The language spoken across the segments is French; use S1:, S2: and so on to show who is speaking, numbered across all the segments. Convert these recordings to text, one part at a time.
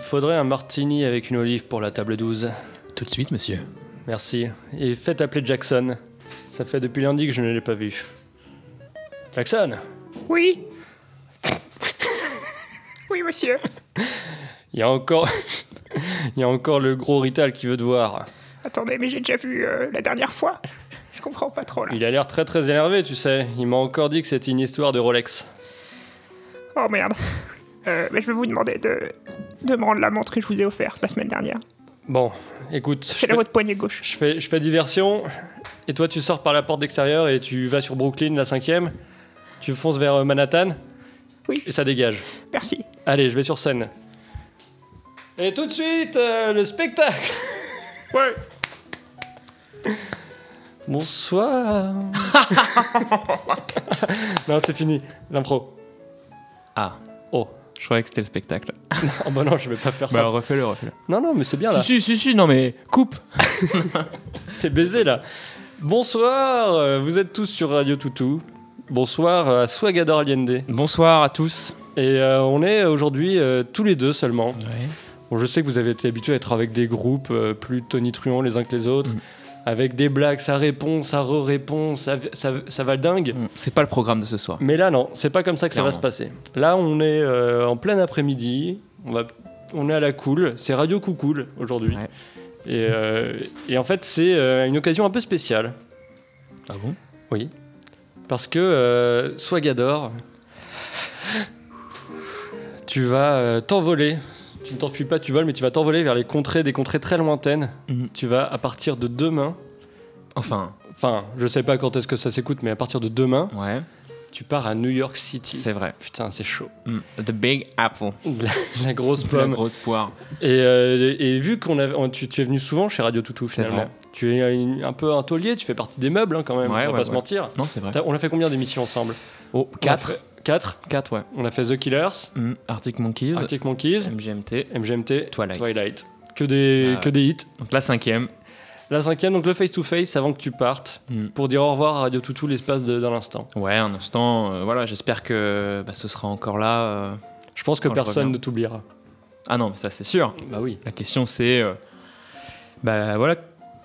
S1: faudrait un martini avec une olive pour la table 12.
S2: Tout de suite, monsieur.
S1: Merci. Et faites appeler Jackson. Ça fait depuis lundi que je ne l'ai pas vu. Jackson
S3: Oui. oui, monsieur.
S1: Il y a encore. Il y a encore le gros Rital qui veut te voir.
S3: Attendez, mais j'ai déjà vu euh, la dernière fois. Je comprends pas trop là.
S1: Il a l'air très très énervé, tu sais. Il m'a encore dit que c'était une histoire de Rolex.
S3: Oh merde. Euh, mais je vais vous demander de, de me rendre la montre que je vous ai offerte la semaine dernière.
S1: Bon, écoute.
S3: C'est
S1: je
S3: la
S1: fais-
S3: votre poignet gauche.
S1: Je fais, je fais diversion, et toi tu sors par la porte d'extérieur et tu vas sur Brooklyn, la cinquième. Tu fonces vers euh, Manhattan.
S3: Oui.
S1: Et ça dégage.
S3: Merci.
S1: Allez, je vais sur scène. Et tout de suite, euh, le spectacle
S3: Ouais.
S1: Bonsoir Non, c'est fini, l'impro.
S2: Ah,
S1: Oh,
S2: je croyais que c'était le spectacle.
S1: oh bah non, je vais pas faire ça.
S2: Bah, refais-le, refais-le.
S1: Non, non, mais c'est bien là.
S2: Si, si, si, si, non, mais coupe
S1: C'est baisé là. Bonsoir, euh, vous êtes tous sur Radio Toutou. Bonsoir euh, à Swagador Allende.
S2: Bonsoir à tous.
S1: Et euh, on est aujourd'hui euh, tous les deux seulement. Bon, je sais que vous avez été habitués à être avec des groupes euh, plus tonitruants les uns que les autres,
S2: Mm.
S1: avec des blagues, ça répond, ça re-répond, ça, ça, ça va le dingue.
S2: Mm, C'est pas le programme de ce soir.
S1: Mais là, non, c'est pas comme ça que ça va
S2: Clairement.
S1: se passer. Là, on est euh, en plein après-midi, on, va, on est à la cool, c'est Radio Coucoul aujourd'hui.
S2: Ouais.
S1: Et, euh, et en fait, c'est euh, une occasion un peu spéciale.
S2: Ah bon
S1: Oui. Parce que euh, Swagador, tu vas euh, t'envoler. Tu ne t'enfuis pas, tu voles, mais tu vas t'envoler vers les contrées, des contrées très lointaines.
S2: Mhm.
S1: Tu vas, à partir de demain,
S2: Enfin,
S1: enfin, je sais pas quand est-ce que ça s'écoute, mais à partir de demain,
S2: ouais,
S1: tu pars à New York City.
S2: c'est vrai.
S1: Putain, c'est chaud.
S2: Mm, The Big Apple.
S1: La, la grosse
S2: La
S1: pomme.
S2: grosse poire.
S1: Et, euh, et vu qu'on avait, on- tu, tu es venu souvent chez Radio Toutou,
S2: C'est
S1: finalement.
S2: vrai.
S1: Tu es un, un peu un taulier, tu fais partie des meubles, hein, quand même,
S2: Ouais,
S1: on va
S2: ouais,
S1: pas se
S2: ouais.
S1: mentir.
S2: Non, c'est vrai.
S1: T'as- On a fait combien d'émissions ensemble
S2: Oh, 4.
S1: 4
S2: 4, ouais.
S1: On a fait The Killers,
S2: Mm, Arctic Monkeys,
S1: Arctic Monkeys,
S2: MGMT,
S1: MGMT,
S2: Twilight.
S1: Que des,
S2: Ah.
S1: que des hits.
S2: Donc la cinquième.
S1: La cinquième, donc le face-to-face avant que tu partes,
S2: Mm.
S1: pour dire au revoir à Radio Toutou l'espace de- d'un instant.
S2: Ouais, un instant. euh, voilà, j'espère que bah, ce sera encore là. euh.
S1: Je pense que
S2: Quand je
S1: personne
S2: reviens.
S1: ne t'oubliera.
S2: Ah non, mais ça c'est sûr.
S1: Bah oui.
S2: La question c'est, euh, bah voilà,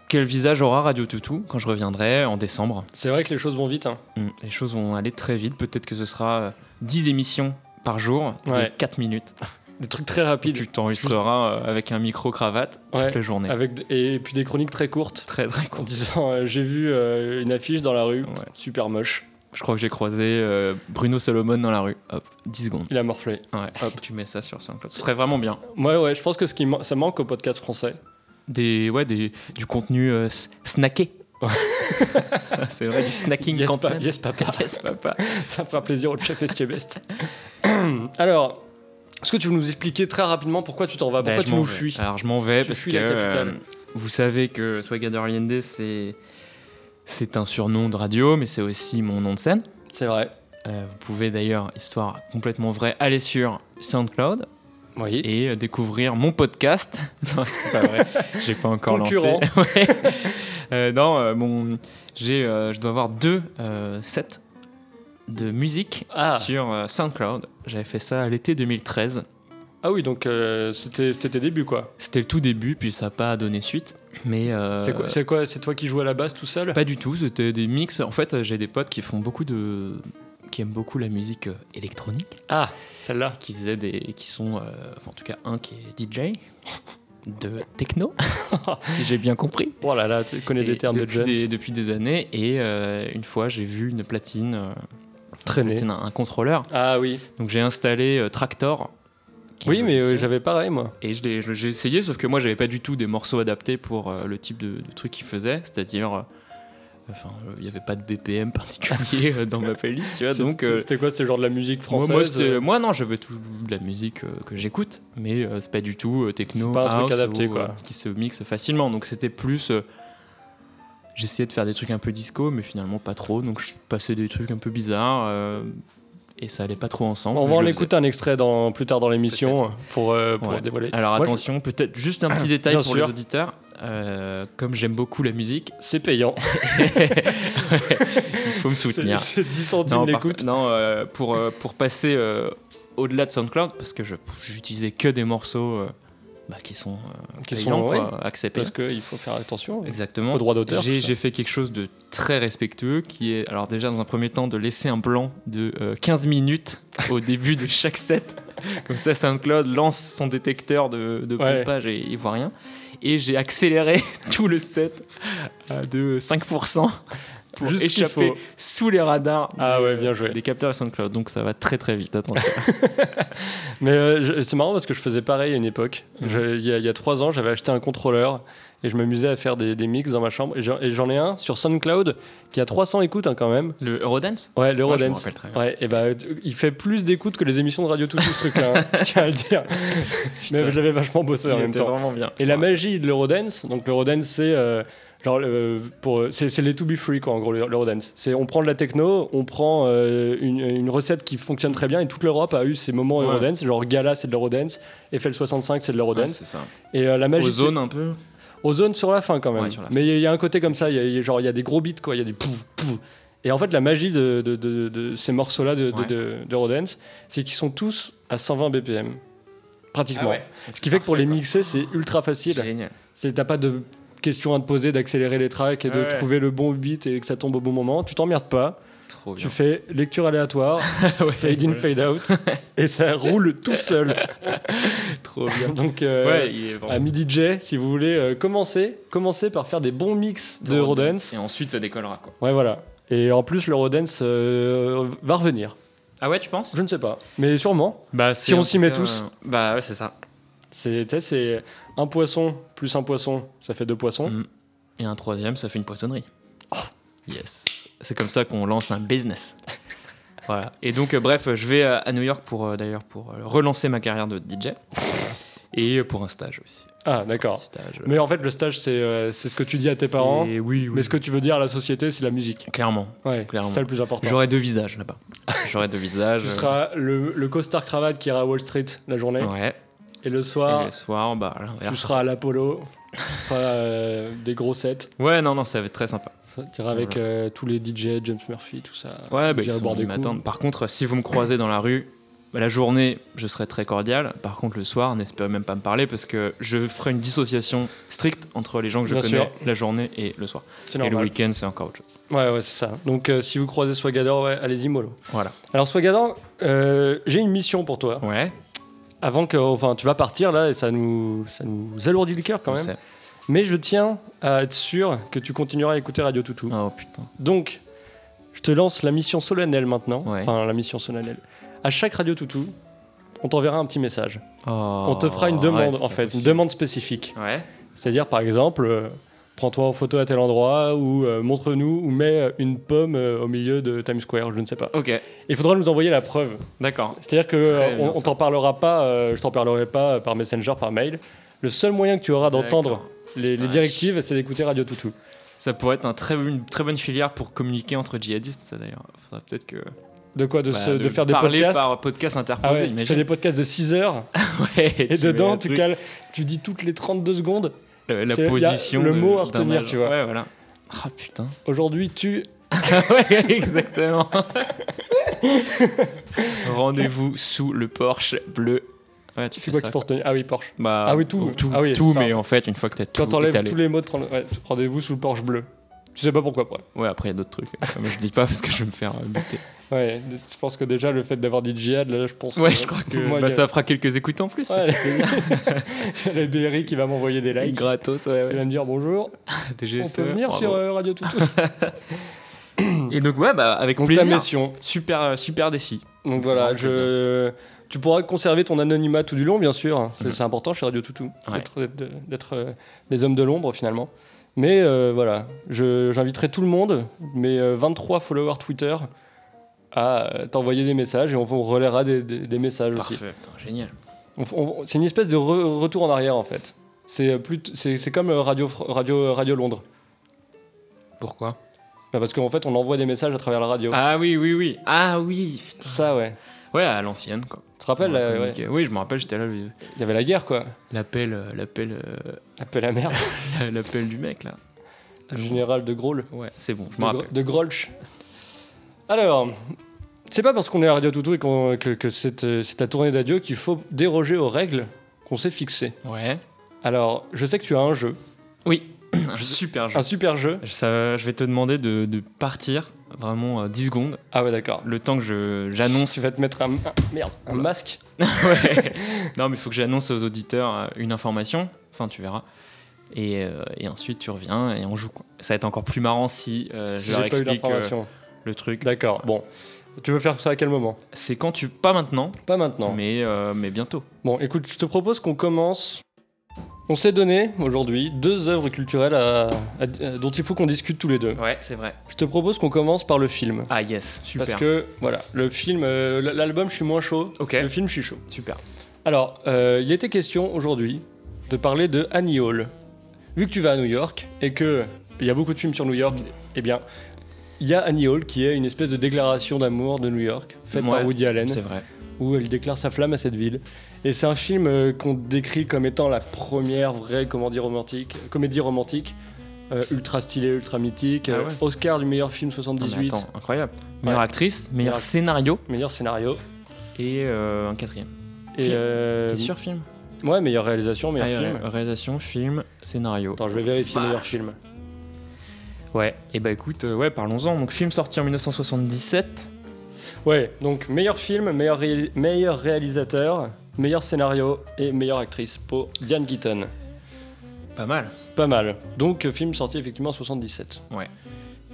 S2: quel visage aura Radio Toutou quand je reviendrai en décembre
S1: C'est vrai que les choses vont vite. hein.
S2: Mm, Les choses vont aller très vite. Peut-être que ce sera euh, 10 émissions par jour
S1: Ouais.
S2: de 4 minutes.
S1: Des trucs très rapides.
S2: Tu t'enregistreras euh, avec un micro-cravate
S1: Ouais.
S2: toute la journée.
S1: Avec, d- et puis des chroniques très courtes
S2: Très très
S1: en
S2: court.
S1: disant euh, J'ai vu euh, une affiche dans la rue,
S2: Ouais.
S1: super moche.
S2: Je crois que j'ai croisé euh, Bruno Salomon dans la rue. Hop, 10 secondes.
S1: Il a morflé.
S2: Ouais.
S1: Hop.
S2: Tu mets ça sur SoundCloud. Ce serait vraiment bien.
S1: Ouais, ouais, je pense que ce qui man- ça manque au podcast français.
S2: Des, ouais, des, du contenu euh, s- snacké. c'est vrai, du snacking
S1: Yes,
S2: quand
S1: pa-
S2: même.
S1: yes, papa.
S2: Yes, papa.
S1: Ça fera plaisir au chef Estiebest. Alors, est-ce que tu veux nous expliquer très rapidement pourquoi tu t'en vas
S2: Bah,
S1: Ah, Pourquoi
S2: je
S1: tu
S2: m'en
S1: nous
S2: vais.
S1: fuis
S2: Alors je m'en vais
S1: Tu
S2: parce
S1: fuis
S2: que
S1: la capitale.
S2: euh, vous savez que Swagger Allende c'est c'est un surnom de radio, mais c'est aussi mon nom de scène.
S1: C'est vrai.
S2: Euh, vous pouvez d'ailleurs, histoire complètement vraie, aller sur SoundCloud
S1: Oui.
S2: et euh, découvrir mon podcast. non, c'est pas vrai. J'ai pas encore
S1: Concurrent.
S2: lancé. Ouais. Euh, non, euh, mon- j'ai, euh, je dois avoir deux euh, sets de musique
S1: Ah.
S2: sur euh, SoundCloud. J'avais fait ça à l'été 2013.
S1: Ah oui, donc euh, c'était c'était tes débuts, quoi.
S2: C'était le tout début, puis ça n'a pas donné suite. Mais euh,
S1: C'est quoi C'est quoi C'est toi qui joues à la basse tout seul
S2: Pas du tout, c'était des mix. En fait, euh, j'ai des potes qui font beaucoup de. qui aiment beaucoup la musique euh, électronique,
S1: Ah, celle-là.
S2: qui faisaient des. qui sont. euh, enfin, en tout cas, un qui est DJ, de techno, si j'ai bien compris.
S1: Oh là là, tu connais
S2: Et
S1: des termes de
S2: depuis
S1: jazz.
S2: des- Depuis des années, et euh, une fois, j'ai vu une platine. euh, enfin,
S1: Traîner.
S2: une platine, un, un contrôleur.
S1: Ah oui.
S2: Donc j'ai installé euh, Tractor. qui est
S1: Oui,
S2: un
S1: mais euh,
S2: logiciel.
S1: j'avais pareil, moi.
S2: Et je l'ai- je- j'ai essayé, sauf que moi, j'avais pas du tout des morceaux adaptés pour euh, le type de, de truc qu'il faisait, c'est-à-dire. euh, Enfin, euh, il n'y avait pas de BPM particulier euh, dans ma playlist, tu vois.
S1: C'est-
S2: Donc, euh,
S1: c'était quoi C'était genre de la musique
S2: moi,
S1: française
S2: moi, c'était-
S1: euh,
S2: moi, non, j'avais tout de la musique euh, que j'écoute, mais euh, c'est pas du tout euh, techno,
S1: C'est pas un truc
S2: house
S1: adapté,
S2: ou,
S1: quoi.
S2: euh, qui se mixe facilement. Donc, c'était plus. euh, J'essayais de faire des trucs un peu disco, mais finalement pas trop. Donc, je passais des trucs un peu bizarres euh, et ça allait pas trop ensemble.
S1: On
S2: mais
S1: va en
S2: je le faisais.
S1: écouter un extrait dans, plus tard dans l'émission pour, euh, pour
S2: Ouais.
S1: dévoiler. Moi,
S2: Alors
S1: je-
S2: attention, peut-être juste un petit détail
S1: Bien
S2: pour
S1: sûr.
S2: les auditeurs. Euh, comme j'aime beaucoup la musique,
S1: C'est payant.
S2: il faut me soutenir.
S1: C'est c'est 10 centimes
S2: Non, par-
S1: l'écoute.
S2: non, euh, pour, euh, pour passer euh, au-delà de SoundCloud, parce que je j'utilisais que des morceaux euh, bah, qui sont, euh,
S1: Qui
S2: payants,
S1: sont,
S2: quoi, acceptés.
S1: Parce qu'il faut faire attention
S2: Exactement.
S1: au droit d'auteur.
S2: J'ai
S1: tout ça.
S2: j'ai fait quelque chose de très respectueux qui est, alors déjà dans un premier temps, de laisser un blanc de euh, 15 minutes au début de chaque set. Comme ça, SoundCloud lance son détecteur de, de
S1: Ouais.
S2: pompage et il voit rien. Et j'ai accéléré tout le set euh, de 5% pour
S1: Juste ce qu'il
S2: échapper
S1: faut.
S2: sous les radars
S1: Ah
S2: des,
S1: ouais, bien joué.
S2: des capteurs SoundCloud. Donc ça va très très vite, attention.
S1: Mais euh, je- c'est marrant parce que je faisais pareil à une époque.
S2: Mhm.
S1: Je- Il y, a- il y a trois ans, j'avais acheté un contrôleur et je m'amusais à faire des, des mix dans ma chambre. Et j'en- et j'en ai un sur SoundCloud qui a 300 écoutes hein, quand même.
S2: le Eurodance
S1: Ouais,
S2: Ouais, je me
S1: l'Eurodance.
S2: rappelle très bien.
S1: Ouais, et bah, il fait plus d'écoutes que les émissions de Radio Tout ce truc-là, hein, je tiens à le dire.
S2: Putain,
S1: Mais je l'avais vachement bossé
S2: il
S1: en même
S2: était
S1: temps.
S2: vraiment bien.
S1: Et la magie de l'Eurodance, donc l'Eurodance c'est euh, genre euh, pour c'est c'est les to be free quoi en gros l'Eurodance. C'est on prend de la techno, on prend euh, une, une recette qui fonctionne très bien et toute l'Europe a eu ces moments
S2: Ouais.
S1: Eurodance, genre Gala c'est de l'Eurodance, Eiffel 65 c'est de
S2: Ouais,
S1: l'Eurodance
S2: c'est ça.
S1: et euh, la magie
S2: Aux zones un peu.
S1: c'est- Ozone sur la fin quand même.
S2: Ouais, sur la fin.
S1: Mais il y, a- il y a un côté comme ça, il y a- il y a genre il y a des gros beats quoi, il y a des pouf pouf. Et en fait la magie de, de- de- de ces morceaux là de, de-
S2: Ouais.
S1: de- d'Eurodance, c'est qu'ils sont tous à 120 BPM pratiquement. Ce qui
S2: C'est
S1: fait que pour
S2: Ah parfait,
S1: les
S2: quoi.
S1: mixer c'est ultra facile.
S2: Génial.
S1: C'est t'as pas de question à te poser d'accélérer les tracks et de
S2: Ouais, ouais.
S1: trouver le bon beat et que ça tombe au bon moment. Tu t'emmerdes pas.
S2: Trop
S1: Tu fais lecture aléatoire, fade in, fade out, et ça roule tout seul.
S2: Trop
S1: Donc euh,
S2: ouais, il est vraiment-
S1: ami DJ, si vous voulez euh, commencer, commencez par faire des bons mix de Rodance.
S2: Et ensuite, ça décollera, quoi.
S1: Ouais voilà. Et en plus le Rodance euh, va revenir.
S2: Ah ouais, tu penses
S1: Je ne sais pas, mais sûrement.
S2: Bah,
S1: si on s'y met tous.
S2: Bah, ouais, c'est ça.
S1: C'est tu sais, c'est un poisson plus un poisson, ça fait deux poissons.
S2: Mm. Et un troisième, ça fait une poissonnerie. Oh. Yes. C'est comme ça qu'on lance un business. voilà. Et donc, euh, bref, euh, je vais euh, à New York pour, euh, d'ailleurs, pour euh, relancer ma carrière de DJ. Et euh, pour un stage aussi.
S1: Ah d'accord.
S2: Petit stage. euh,
S1: Mais en fait le stage c'est euh, c'est ce que tu dis à tes parents.
S2: c'est- Oui, oui.
S1: Mais ce que tu veux dire à la société, c'est la musique.
S2: Clairement.
S1: Ouais,
S2: Clairement.
S1: c'est ça le plus important.
S2: J'aurai deux visages là-bas. J'aurai deux visages.
S1: Tu
S2: euh,
S1: seras le, le costard cravate qui ira à Wall Street la journée,
S2: Ouais.
S1: et le
S2: Et
S1: soir,
S2: le soir, bah, à l'inverse.
S1: tu seras à l'Apollo, tu feras euh, des gros sets,
S2: Ouais, non, non, ça va être très sympa.
S1: tu iras avec euh, tous les DJ, James Murphy, tout ça.
S2: Ouais, bah,
S1: Vous
S2: ils
S1: irez
S2: sont-
S1: boire des
S2: ils
S1: coups.
S2: m'attendent. Par contre, si vous me croisez dans la rue, bah, la journée, je serai très cordial. Par contre, le soir, n'espérez même pas me parler parce que je ferai une dissociation stricte entre les gens que je
S1: Bien
S2: connais la journée et le soir.
S1: C'est
S2: Et le
S1: normal.
S2: week-end, c'est encore autre chose.
S1: Ouais, ouais, c'est ça. Donc euh, si vous croisez Swagador, ouais, allez-y, mollo.
S2: Voilà.
S1: Alors Swagador, euh, j'ai une mission pour toi.
S2: Ouais,
S1: Avant que, enfin, tu vas partir là, et ça nous, ça nous alourdit le cœur quand
S2: on
S1: même.
S2: sait.
S1: Mais je tiens à être sûr que tu continueras à écouter Radio Toutou.
S2: Oh putain.
S1: Donc, je te lance la mission solennelle maintenant.
S2: Ouais.
S1: Enfin, la mission solennelle. À chaque radio toutou, on t'enverra un petit message.
S2: Oh,
S1: on te fera une demande,
S2: ouais, c'est
S1: en
S2: pas
S1: fait, une
S2: possible.
S1: demande spécifique.
S2: Ouais.
S1: C'est-à-dire, par exemple, euh, prends-toi en photo à tel endroit, ou euh, montre-nous, ou mets euh, une pomme euh, au milieu de Times Square, je ne sais pas.
S2: Ok,
S1: Il faudra nous envoyer la preuve.
S2: d'accord.
S1: C'est-à-dire que
S2: Très
S1: euh,
S2: bien,
S1: on, on
S2: ça.
S1: t'en parlera pas, euh, je t'en parlerai pas euh, par Messenger, par mail. Le seul moyen que tu auras d'entendre
S2: D'accord.
S1: les, les
S2: Putain,
S1: directives, c'est d'écouter Radio Toutou.
S2: Ça pourrait être un très, une très bonne filière pour communiquer entre djihadistes, ça d'ailleurs. Faudrait peut-être que.
S1: De quoi De,
S2: bah,
S1: se- de faire des
S2: parler
S1: podcasts
S2: par podcast
S1: Ah
S2: interposé,
S1: ouais, tu fais
S2: imagine.
S1: des podcasts de 6 heures
S2: Ouais,
S1: Et
S2: mets
S1: dedans,
S2: un
S1: tu
S2: truc.
S1: cales, tu dis toutes les 32 secondes.
S2: Le- la
S1: C'est- y a
S2: position.
S1: le
S2: de-
S1: mot à
S2: d'un
S1: retenir,
S2: agent.
S1: tu vois.
S2: Ouais, voilà. Ah putain.
S1: Aujourd'hui, tu.
S2: ouais, exactement. Rendez-vous sous le Porsche bleu. Ouais, tu
S1: C'est
S2: fais
S1: quoi
S2: ça.
S1: qu'il faut retenir Ah oui, Porsche.
S2: Bah,
S1: Ah oui, tout.
S2: oh, Tout,
S1: Ah oui,
S2: tout,
S1: c'est ça.
S2: mais en fait, une fois que t'as tout
S1: Quand t'enlèves
S2: étalé.
S1: tous les mots, de trente- ouais, rendez-vous sous le Porsche bleu. Tu sais pas pourquoi, après.
S2: Ouais, après, il y a d'autres trucs. Mais je dis pas parce que je vais me faire euh, buter.
S1: Ouais, je pense que déjà, le fait d'avoir dit djihad, là, je pense.
S2: Ouais,
S1: que-
S2: je crois que
S1: moi,
S2: bah,
S1: il y a-
S2: ça fera quelques écoutes en plus.
S1: Ouais, le BRI qui va m'envoyer des likes.
S2: Gratos, ouais,
S1: Il
S2: ouais.
S1: va me dire bonjour.
S2: DGSE,
S1: on peut venir
S2: E, bravo.
S1: sur euh, Radio Toutou.
S2: Et donc, ouais, bah, avec
S1: Donc, ta
S2: plaisir.
S1: mission.
S2: Super, euh, super défi. Ça me
S1: Donc
S2: fait
S1: voilà,
S2: vraiment
S1: je. Tu pourras conserver ton anonymat tout du long, bien sûr. hein. C'est
S2: Mhm.
S1: c'est important chez Radio Toutou
S2: Ouais.
S1: d'être- d'être- d'être euh, des hommes de l'ombre finalement. Mais euh, voilà, je- j'inviterai tout le monde, mes euh, 23 followers Twitter, à euh, t'envoyer des messages et on vous relaiera des, des- des messages aussi.
S2: Parfait, putain, génial.
S1: On- on- C'est une espèce de re- retour en arrière en fait. C'est euh, plus t- c'est- c'est comme euh, Radio, Fr- Radio, Radio Londres.
S2: Pourquoi
S1: Bah, parce qu'en fait, on envoie des messages à travers la radio.
S2: Ah oui, oui, oui. Ah oui. putain.
S1: Ça, ouais.
S2: Ouais, à l'ancienne, quoi.
S1: Tu te rappelles,
S2: On a
S1: euh, ouais, il
S2: communiqué. Oui, je me rappelle, j'étais là. le-
S1: y avait la guerre quoi.
S2: L'appel, euh, l'appel, euh,
S1: Appel la merde,
S2: l'appel du mec là.
S1: le général de Gaulle.
S2: Ouais, c'est bon, je
S1: de,
S2: me rappelle.
S1: Gro- de Grolsch. Alors, c'est pas parce qu'on est à Radio Toutou et qu'on- que, que c'est euh, c'est ta tournée d'adieu qu'il faut déroger aux règles qu'on s'est fixé.
S2: Ouais.
S1: Alors, je sais que tu as un jeu,
S2: Oui. Un super jeu.
S1: un super jeu.
S2: Ça, je vais te demander de, de partir vraiment euh, 10 secondes,
S1: Ah ouais, d'accord.
S2: le temps que je- j'annonce.
S1: Tu vas te mettre un, ah, merde, un
S2: Oula.
S1: masque.
S2: Ouais. non, mais il faut que j'annonce aux auditeurs euh, une information. Enfin, tu verras. Et, euh, et ensuite, tu reviens et on joue. quoi. Ça va être encore plus marrant si euh,
S1: si
S2: je leur
S1: j'ai pas eu
S2: explique euh,
S1: l'information.
S2: le truc.
S1: D'accord. Bon, tu veux faire ça à quel moment
S2: C'est quand tu. Pas maintenant,
S1: Pas maintenant.
S2: mais, euh, mais bientôt.
S1: Bon, écoute, je te propose qu'on commence. On s'est donné aujourd'hui deux œuvres culturelles à- à- dont il faut qu'on discute tous les deux.
S2: Ouais, c'est vrai.
S1: Je te propose qu'on commence par le film.
S2: Ah, yes. Super.
S1: Parce que, voilà, le film, euh, l- l'album, je suis moins chaud.
S2: Ok.
S1: Le film, je suis chaud.
S2: Super.
S1: Alors, euh, il était question aujourd'hui de parler de Annie Hall. Vu que tu vas à New York et que il y a beaucoup de films sur New York, eh bien, il y a Annie Hall qui est une espèce de déclaration d'amour de New York, faite
S2: Ouais,
S1: par Woody Allen,
S2: C'est vrai.
S1: où elle déclare sa flamme à cette ville. Et c'est un film euh, qu'on décrit comme étant la première vraie comédie romantique, comédie romantique euh, ultra stylée, ultra mythique,
S2: Ah
S1: euh,
S2: ouais.
S1: Oscar du meilleur film
S2: Non, mais
S1: 78,
S2: attends, incroyable. Meilleure
S1: Ouais.
S2: actrice, meilleur
S1: Meilleure-
S2: scénario
S1: meilleur scénario.
S2: et euh, un quatrième.
S1: Et
S2: Film.
S1: euh,
S2: T'es sûr, film
S1: Ouais, meilleure réalisation, meilleur
S2: Ah,
S1: film.
S2: ouais, Bah. Réalisation, film, scénario.
S1: Attends, je vais vérifier
S2: Vache.
S1: meilleur film.
S2: Ouais, et bah écoute, euh, ouais, parlons-en. Donc, film sorti en 1977.
S1: Ouais, donc meilleur film, meilleur, réali- meilleur réalisateur, meilleur scénario et meilleure actrice pour Diane Keaton.
S2: Pas mal.
S1: Pas mal. Donc euh, film sorti effectivement en 77.
S2: Ouais.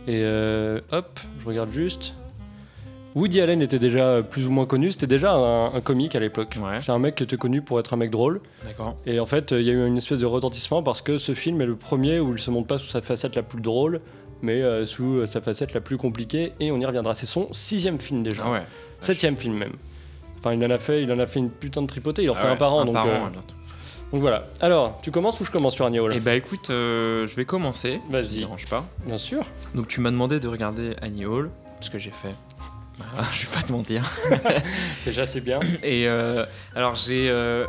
S1: Et euh, hop, je regarde juste. Woody Allen était déjà euh, plus ou moins connu, c'était déjà un, un comique à l'époque.
S2: Ouais. Ah
S1: C'est un mec qui était connu pour être un mec drôle.
S2: D'accord.
S1: Et en fait, euh, il y a eu une espèce de retentissement parce que ce film est le premier où il se montre pas sous sa facette la plus drôle, mais euh, sous euh, sa facette la plus compliquée. Et on y reviendra. C'est son sixième film déjà.
S2: Ah ouais.
S1: Septième film même. Enfin, il en a fait, il en a fait une putain de tripotée. Il en
S2: Ah
S1: fait un
S2: ouais,
S1: par an, donc, euh,
S2: ouais, bientôt.
S1: donc voilà. Alors, tu commences ou je commence sur Agneau là
S2: Eh bah écoute, euh, je vais commencer.
S1: Vas-y.
S2: Ça te dérange pas.
S1: Bien sûr.
S2: Donc tu m'as demandé de regarder Annie Hall, ce que j'ai fait. Voilà, Ah, je vais pas te mentir.
S1: Déjà, c'est bien.
S2: Et euh, alors j'ai. euh,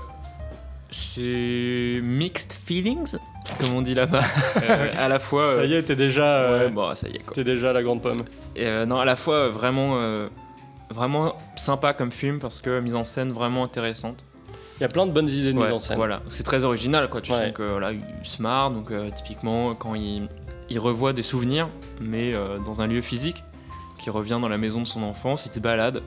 S2: c'est mixed feelings, comme on dit là-bas. Euh, à la fois.
S1: ça y est, t'es déjà,
S2: euh,
S1: euh,
S2: ouais, bon, ça y est quoi.
S1: t'es déjà la grande pomme.
S2: Et, euh, non, à la fois euh, vraiment, euh, vraiment sympa comme film parce que mise en scène vraiment intéressante.
S1: Il y a plein de bonnes idées de
S2: Ouais,
S1: mise en scène.
S2: Voilà, c'est très original quoi. Tu
S1: Ouais.
S2: sens que voilà, il se marre donc euh, typiquement quand il, il revoit des souvenirs mais euh, dans un lieu physique, qui revient dans la maison de son enfance, il se balade.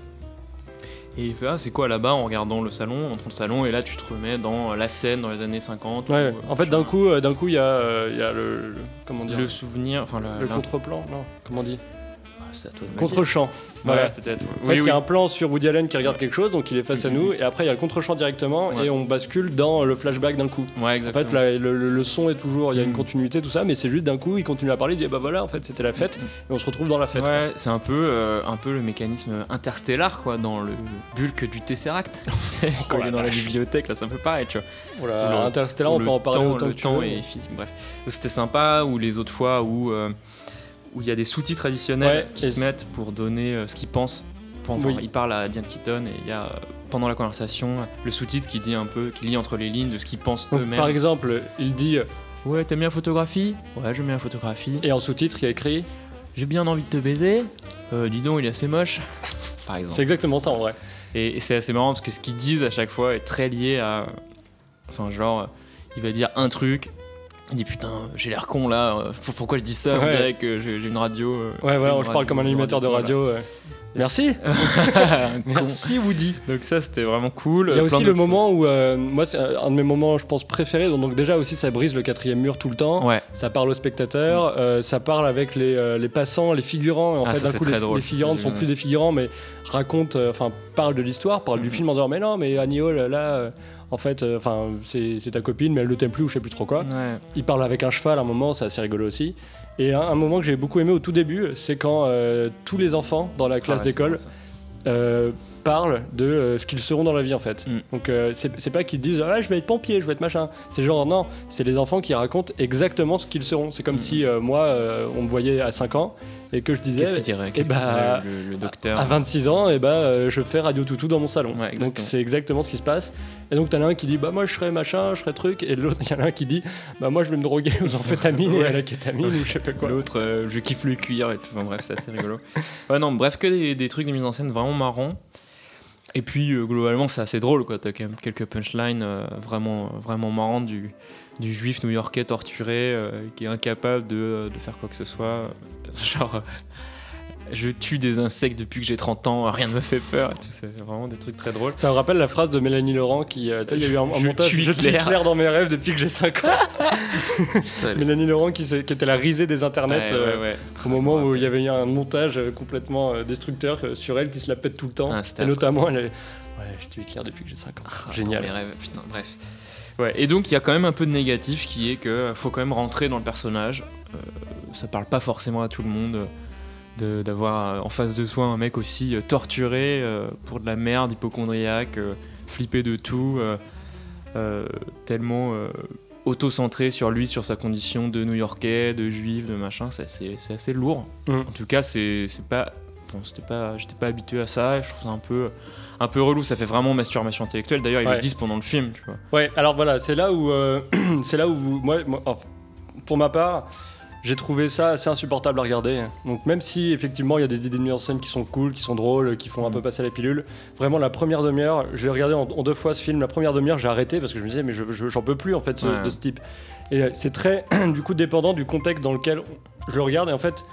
S2: Et il fait ah c'est quoi là-bas en regardant le salon, entre le salon et là tu te remets dans la scène dans les années 50.
S1: Ouais,
S2: où, euh,
S1: en fait, d'un coup, euh, d'un coup, il y a, euh, il y a le, le- comment dire,
S2: le euh, souvenir, enfin la-
S1: le
S2: la-
S1: contre-plan, non Comment on dit
S2: Ah, c'est à toi de me dire.
S1: Contre-champ.
S2: Voilà,
S1: Voilà.
S2: peut-être.
S1: En fait, il y a un plan sur Woody Allen qui regarde quelque chose, donc il est face à
S2: Mhm.
S1: nous, et après il y a le contre-champ directement,
S2: Ouais.
S1: et on bascule dans le flashback d'un coup.
S2: Ouais,
S1: En
S2: exactement.
S1: fait, la- le, le- le son est toujours, il y a une
S2: Mm.
S1: continuité, tout ça, mais c'est juste d'un coup, il continue à parler, il dit, bah voilà, en fait, c'était la fête, et on se retrouve dans la fête.
S2: Mm. Ouais, c'est un peu, euh, un peu le mécanisme interstellar, quoi, dans le bulk du Tesseract. C'est quand
S1: Oh
S2: il
S1: la
S2: est dans la
S1: vache.
S2: bibliothèque, là, c'est un peu pareil, tu vois.
S1: Voilà,
S2: Ou le-
S1: Interstellar,
S2: Où
S1: on
S2: le
S1: peut en parler
S2: temps,
S1: autant
S2: le
S1: que tu
S2: temps
S1: veux.
S2: est physique, bref. Donc, C'était sympa, ou les autres fois où euh, où il y a des sous-titres additionnels
S1: Ouais,
S2: qui
S1: et
S2: se
S1: c'est-
S2: mettent pour donner euh, ce qu'ils pensent. Enfin,
S1: Oui.
S2: Il parle à Diane Keaton et il y a, euh, pendant la conversation, le sous-titre qui dit un peu, qui lit entre les lignes de ce qu'ils pensent
S1: Donc,
S2: eux-mêmes.
S1: par exemple, il dit,
S2: Ouais, t'aimes bien la photographie Ouais, j'aime bien la photographie.
S1: et en sous-titre, il y a écrit,
S2: J'ai bien envie de te baiser. Euh, dis donc, il est assez moche. Par exemple.
S1: c'est exactement ça en vrai.
S2: Et, et c'est assez marrant parce que ce qu'ils disent à chaque fois est très lié à. Enfin, genre, euh, il va dire un truc, il dit putain, j'ai l'air con là, euh, pour- pourquoi je dis ça On
S1: Ouais.
S2: dirait que j'ai j'ai une radio. euh,
S1: Ouais, voilà,
S2: une
S1: je parle comme un
S2: une
S1: animateur de radio. euh. Merci,
S2: voilà. Un con.
S1: merci Woody.
S2: Donc, ça, c'était vraiment
S1: Il
S2: cool.
S1: y a
S2: Plein
S1: aussi le
S2: d'autres
S1: moment où, euh, moi, c'est un de mes moments, je pense, préférés. Donc, donc déjà aussi, ça brise le quatrième mur tout le temps.
S2: choses. Ouais,
S1: Ça parle aux spectateurs, euh, ça parle avec les, euh, les passants, les figurants. Et en
S2: Mm. Ah,
S1: fait,
S2: ça,
S1: d'un
S2: c'est
S1: coup,
S2: très
S1: les,
S2: drôle.
S1: les figurants ne
S2: C'est
S1: sont
S2: génial.
S1: plus des figurants, mais racontent, euh, enfin, parlent de l'histoire, parlent
S2: Mhm.
S1: du film en disant Mais non, mais Annie Hall, là, euh, en fait, euh, enfin, c'est c'est ta copine, mais elle ne t'aime plus ou je sais plus trop quoi.
S2: ouais.
S1: Il parle avec un cheval à un moment, c'est assez rigolo aussi. Et un, un moment que j'ai beaucoup aimé au tout début, c'est quand euh, tous les enfants dans la classe
S2: Ah ouais,
S1: d'école
S2: c'est marrant,
S1: euh, parlent de euh, ce qu'ils seront dans la vie en fait.
S2: Mm.
S1: Donc euh, c'est c'est pas qu'ils disent ah je vais être pompier, je vais être machin. C'est genre non, c'est les enfants qui racontent exactement ce qu'ils seront. C'est comme
S2: Mm.
S1: si euh, moi euh, on me voyait à 5 ans et que je
S2: ça.
S1: disais
S2: Qu'est-ce qu'il dirait
S1: eh
S2: Qu'est-ce qu'il
S1: bah,
S2: dirait, le, le
S1: à
S2: docteur
S1: 26 ans et bah euh, je fais radio toutou dans mon salon.
S2: Ouais, exactement.
S1: donc c'est exactement ce qui se passe. Et donc t'en as un qui dit bah moi je serais machin, je serais truc et l'autre il y en a un qui dit bah moi je vais me droguer aux amphétamines et
S2: Ouais.
S1: à la kétamine ou je sais pas quoi.
S2: L'autre, euh, je kiffe le cuir et tout. Enfin, bref, c'est assez rigolo. Ouais, non, bref, que des, des trucs de mise en scène vraiment marrants. Et puis euh, globalement, c'est assez drôle quoi. T'as quand même quelques punchlines euh, vraiment, vraiment marrantes du, du juif new-yorkais torturé euh, qui est incapable de, de faire quoi que ce soit. Genre, euh, je tue des insectes depuis que j'ai 30 ans, rien ne me fait peur. et tout. C'est vraiment des trucs très drôles.
S1: Ça me rappelle la phrase de Mélanie Laurent qui. euh, tu sais, il y a eu un, un
S2: Je
S1: montage.
S2: tue
S1: je tue
S2: Hitler.
S1: Hitler dans mes rêves depuis que j'ai 5 ans.
S2: Putain, les-
S1: Mélanie Laurent qui, s'est- qui était la risée des internets.
S2: Ouais,
S1: euh,
S2: ouais, ouais.
S1: Au moment où il y avait eu un montage euh, complètement euh, destructeur euh, sur elle qui se la pète tout le temps.
S2: Ah, c'était
S1: et
S2: affreux. Ah,
S1: notamment, elle est... Ouais, je tue Hitler depuis que j'ai 5 ans.
S2: Dans
S1: Génial.
S2: mes rêves, putain, bref. Ouais, et donc il y a quand même un peu de négatif qui est que faut quand même rentrer dans le personnage. Euh, ça parle pas forcément à tout le monde euh, de- d'avoir euh, en face de soi un mec aussi euh, torturé euh, pour de la merde, hypochondriaque, euh, flippé de tout, euh, euh, tellement euh, auto-centré sur lui, sur sa condition de New-Yorkais, de juif, de machin. C'est c'est- c'est assez lourd.
S1: Mm.
S2: En tout cas, c'est c'est pas. Bon, c'était pas, j'étais pas habitué à ça. et Je trouve ça un peu un peu relou, ça fait vraiment masturbation intellectuelle. D'ailleurs, ils
S1: Ouais.
S2: le disent pendant le film, tu vois.
S1: Ouais, alors voilà, c'est là où, euh, c'est là où moi, moi, oh, pour ma part, j'ai trouvé ça assez insupportable à regarder. Donc même si effectivement il y a des idées de mise en scène qui sont cool, qui sont drôles, qui font un
S2: Mm.
S1: peu passer la pilule, vraiment la première demi-heure, je l'ai regardé en, en deux fois ce film. La première demi-heure, j'ai arrêté parce que je me disais mais je, je- j'en peux plus en fait ce-
S2: Ouais.
S1: de ce type. Et euh, c'est très du coup dépendant du contexte dans lequel je le regarde et en fait.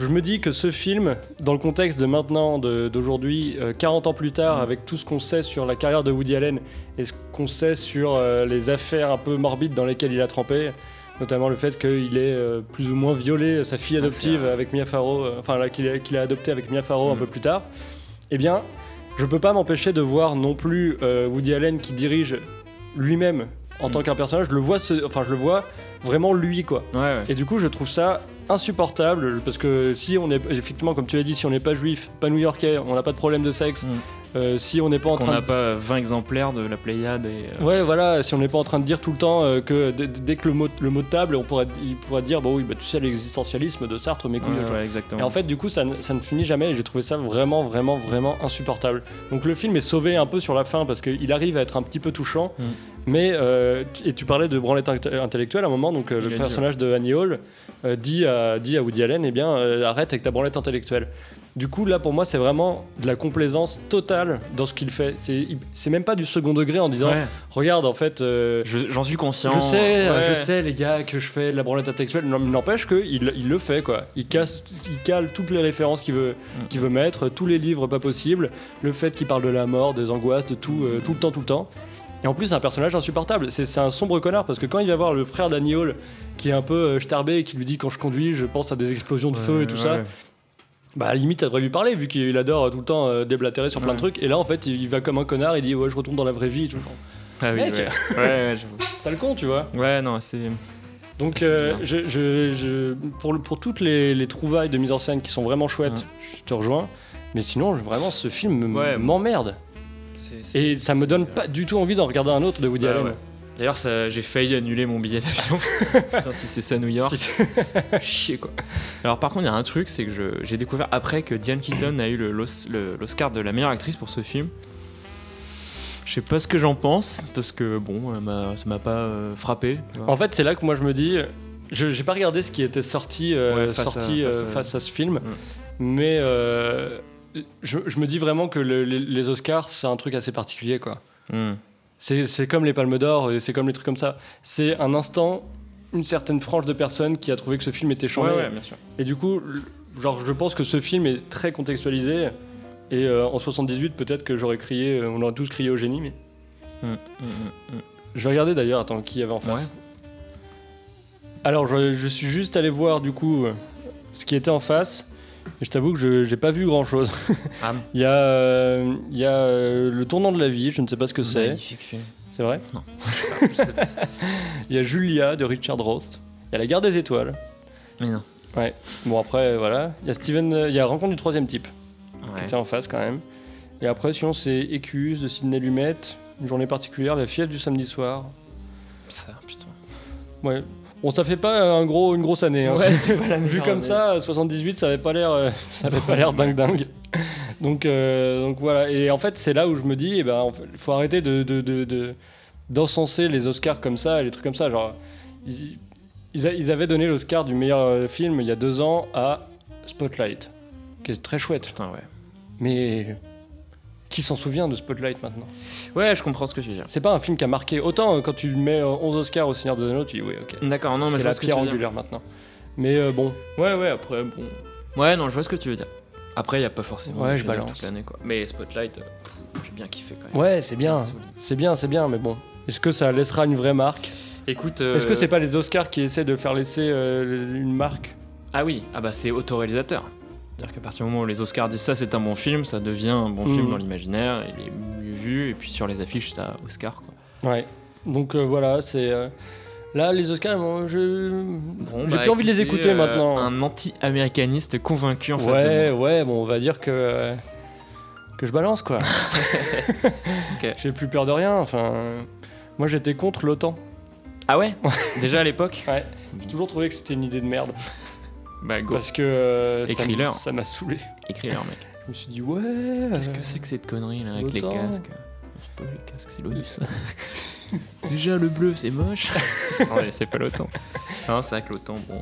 S1: Je me dis que ce film, dans le contexte de maintenant, de- d'aujourd'hui, euh, 40 ans plus tard,
S2: Mm.
S1: avec tout ce qu'on sait sur la carrière de Woody Allen et ce qu'on sait sur euh, les affaires un peu morbides dans lesquelles il a trempé, notamment le fait qu'il ait euh, plus ou moins violé euh, sa fille
S2: Ah, c'est
S1: adoptive
S2: vrai.
S1: avec Mia Farrow, euh, enfin là, qu'il a, qu'il a adopté avec Mia Farrow un
S2: Mm.
S1: peu plus tard, eh bien, je peux pas m'empêcher de voir non plus euh, Woody Allen qui dirige lui-même en
S2: Mm.
S1: tant qu'un personnage. Je le vois, se- enfin, je le vois vraiment lui, quoi.
S2: Ouais, ouais.
S1: Et du coup, je trouve ça insupportable parce que si on est effectivement, comme tu l'as dit, si on n'est pas juif, pas new-yorkais, on n'a pas de problème de sexe,
S2: Mm.
S1: euh, si on n'est pas en
S2: Qu'on
S1: train
S2: n'a
S1: de...
S2: pas 20 exemplaires de la Pléiade et. euh,
S1: Ouais, voilà, si on n'est pas en train de dire tout le temps euh, que dès, dès que le mot, le mot de table, on pourrait, il pourrait dire, bon oui, bah, tu sais, l'existentialisme de Sartre, mes couilles.
S2: ouais,
S1: genre.
S2: ouais, exactement.
S1: Et en fait, du coup, ça, ne- ça ne finit jamais et j'ai trouvé ça vraiment, vraiment, vraiment insupportable. Donc le film est sauvé un peu sur la fin parce qu'il arrive à être un petit peu touchant.
S2: Mm.
S1: Mais, euh, tu- et tu parlais de branlette inte- intellectuelle à un moment, donc euh,
S2: Il
S1: le
S2: a dit,
S1: personnage de Annie Hall euh, dit, à, dit à Woody Allen, eh bien, euh, arrête avec ta branlette intellectuelle. Du coup, là, pour moi, c'est vraiment de la complaisance totale dans ce qu'il fait. C'est il- c'est même pas du second degré en disant,
S2: Ouais,
S1: regarde, en fait... euh,
S2: je- J'en suis conscient.
S1: je sais, euh,
S2: Ouais.
S1: je sais les gars que je fais de la branlette intellectuelle, non, mais n'empêche que il, il le fait quoi. Il casse, il cale toutes les références qu'il veut,
S2: Mm.
S1: qu'il veut mettre, tous les livres pas possibles, le fait qu'il parle de la mort, des angoisses, de tout, euh, tout le temps, tout le temps. Et en plus, c'est un personnage insupportable. C'est c'est un sombre connard parce que quand il va voir le frère d'Annie Hall, qui est un peu euh, starbé et qui lui dit quand je conduis, je pense à des explosions de feu et tout
S2: Ouais,
S1: ça,
S2: ouais.
S1: bah à la limite, ça devrait lui parler vu qu'il adore euh, tout le temps euh, déblatérer sur plein de
S2: Ouais.
S1: trucs. Et là, en fait, il, il va comme un connard, il dit ouais, je retourne dans la vraie vie.
S2: Ah oui,
S1: Mec.
S2: ouais. ouais, ouais, j'avoue.
S1: Ça le con, tu vois.
S2: Ouais, non, c'est.
S1: Donc,
S2: Ah, C'est
S1: euh,
S2: bizarre.
S1: je, je- je- pour, le- pour toutes les, les trouvailles de mise en scène qui sont vraiment chouettes, je te rejoins. Mais sinon, je- vraiment, ce film m-
S2: Ouais.
S1: m'emmerde. Et ça me donne pas du tout envie d'en regarder un autre de Woody
S2: Ah
S1: Allen.
S2: ouais. D'ailleurs, ça- j'ai failli annuler mon billet d'avion. Putain, si c'est ça New York,
S1: Si-
S2: chier quoi. Alors par contre, il y a un truc, c'est que je- j'ai découvert après que Diane Keaton a eu le- l'os- le- l'Oscar de la meilleure actrice pour ce film. Je sais pas ce que j'en pense, parce que bon, elle m'a- ça m'a pas euh, frappé. tu vois.
S1: En fait, c'est là que moi je me dis, je j'ai pas regardé ce qui était sorti, euh,
S2: Ouais, face à-
S1: sorti euh, face,
S2: face
S1: à...
S2: à-
S1: ce film,
S2: Mm.
S1: mais euh, je, je me dis vraiment que le- les, les Oscars, c'est un truc assez particulier, quoi.
S2: Hmm.
S1: C'est c'est comme les Palmes d'Or, et c'est comme les trucs comme ça. C'est un instant, une certaine frange de personnes qui a trouvé que ce film était chambé.
S2: bien sûr.
S1: Et du coup, l- genre, je pense que ce film est très contextualisé. Et euh, en 78, peut-être que j'aurais crié, euh, on aurait tous crié au génie, mais.
S2: Hmm, hmm, hmm, hmm.
S1: Je vais regarder d'ailleurs, attends, qui y avait en face.
S2: Ouais.
S1: Alors, je, je suis juste allé voir du coup euh, ce qui était en face. Et je t'avoue que je j'ai pas vu grand chose.
S2: Ah,
S1: Il y a, euh, il y a euh, Le tournant de la vie, je ne sais pas ce que c'est.
S2: magnifique film.
S1: C'est vrai
S2: Je sais pas.
S1: Il y a Julia de Richard Rost. Il y a La guerre des étoiles.
S2: Mais non.
S1: Bon, après, voilà. Il y a Steven. euh, Il y a Rencontre du troisième type.
S2: Ouais.
S1: C'était en face quand même. Et après, sinon, c'est Écuse de Sidney Lumet, Une journée particulière, La fièvre du samedi soir.
S2: Ça, putain.
S1: Ouais. Bon, ça fait pas euh, un gros, une grosse année. hein.
S2: Ouais,
S1: Vu comme ça, 78, ça avait pas l'air, euh, ça avait pas l'air dingue dingue. Donc, euh, donc voilà. Et en fait, c'est là où je me dis, eh ben, en fait, faut arrêter de, de, de- de- d'encenser les Oscars comme ça, et les trucs comme ça. Genre, ils, ils a- ils avaient donné l'Oscar du meilleur euh, film il y a deux ans à Spotlight, qui est très chouette.
S2: Putain, ouais.
S1: Mais qui s'en souvient de Spotlight maintenant
S2: Ouais, je comprends ce que tu veux dire.
S1: C'est pas un film qui a marqué. Autant euh, quand tu mets euh, 11 Oscars au Seigneur des Anneaux, tu dis oui, ok.
S2: D'accord, non, mais je
S1: c'est
S2: vois
S1: la
S2: ce que tu
S1: pierre
S2: veux dire.
S1: angulaire maintenant. Mais euh, bon,
S2: Ouais, ouais, après, bon. Ouais, non, je vois ce que tu veux dire. Après, il n'y a pas forcément.
S1: Ouais,
S2: de
S1: je
S2: chef-d'œuvre
S1: balance.
S2: Toute l'année, quoi. Mais Spotlight, euh, pff, j'ai bien kiffé quand même.
S1: ouais, c'est bien.
S2: C'est solide.
S1: C'est bien, c'est bien, mais bon. Est-ce que ça laissera une vraie marque
S2: Écoute.
S1: Est-ce que
S2: euh,
S1: c'est pas les Oscars qui essaient de faire laisser euh, une marque
S2: Ah oui, ah bah c'est autoréalisateur. C'est-à-dire qu'à partir du moment où les Oscars disent ça, c'est un bon film, ça devient un bon
S1: Mhm.
S2: film dans l'imaginaire, il est mieux vu, et puis sur les affiches, t'as Oscar. Quoi.
S1: Ouais. Donc euh, voilà, c'est. euh, Là, les Oscars, moi, je.
S2: Bon,
S1: J'ai plus envie de les écouter
S2: euh,
S1: maintenant.
S2: Un anti-américaniste convaincu en face de
S1: ouais,
S2: moi.
S1: ouais, bon, on va dire que. euh, que je balance, quoi.
S2: Ok.
S1: J'ai plus peur de rien, enfin. euh, Moi, j'étais contre l'OTAN.
S2: Ah ouais Déjà à l'époque
S1: Ouais. J'ai toujours trouvé que c'était une idée de merde.
S2: Bah go,
S1: Parce que. euh, ça
S2: Écris-leur.
S1: m- ça m'a saoulé.
S2: écris-leur mec.
S1: Je me suis dit, ouais.
S2: Qu'est-ce que c'est que cette connerie là avec les
S1: Euh, Autant.
S2: casques C'est pas les casques, c'est l'ONU ça. Déjà le bleu c'est moche. non mais c'est pas l'OTAN. Non, c'est avec l'OTAN, bon,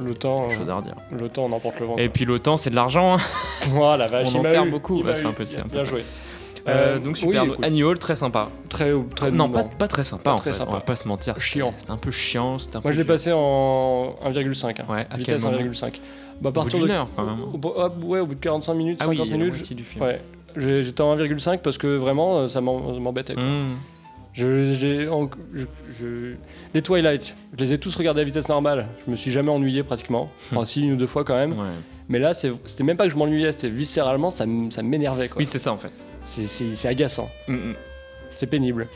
S1: L'OTAN, euh,
S2: chose à redire.
S1: l'OTAN, on emporte le vent.
S2: Et puis l'OTAN c'est de l'argent hein.
S1: Voilà, la vache,
S2: On
S1: il
S2: en
S1: m'a
S2: perd
S1: eu,
S2: beaucoup,
S1: il
S2: bah,
S1: m'a
S2: c'est
S1: eu,
S2: un peu- c'est un peu
S1: Bien
S2: vrai.
S1: joué.
S2: Euh, donc super
S1: oui, écoute,
S2: annual très sympa.
S1: très, très
S2: non,
S1: bon.
S2: pas, pas très sympa
S1: Pas
S2: en
S1: très
S2: fait,
S1: sympa.
S2: on va pas se mentir. c'était-
S1: Chiant.
S2: C'était un peu chiant, c'était un
S1: Moi,
S2: peu
S1: je l'ai
S2: dur.
S1: passé en 1,5. hein.
S2: Ouais, à quel
S1: Vitesse
S2: moment
S1: 1,5. Bah, à
S2: Au bout
S1: partir
S2: d'une
S1: de-
S2: heure quand même. hein.
S1: Au bout- ah, ouais, au bout de 45 minutes,
S2: Ah oui,
S1: 50
S2: il y a la
S1: minutes.
S2: moitié du film.
S1: Ouais. J'ai- J'étais en 1,5 parce que vraiment, euh, ça m'en- ça m'embêtait. quoi.
S2: Hmm.
S1: Je, j'ai- en- je- je- Les Twilight, je les ai tous regardés à vitesse normale. Je me suis jamais ennuyé pratiquement.
S2: Mm.
S1: Enfin, si, une ou deux fois quand même.
S2: Ouais.
S1: Mais là, c'est- c'était même pas que je m'ennuyais, c'était viscéralement, ça m- ça m'énervait. quoi.
S2: Oui, c'est ça en fait.
S1: C'est- C'est c'est agaçant.
S2: Hmm, hmm.
S1: C'est pénible.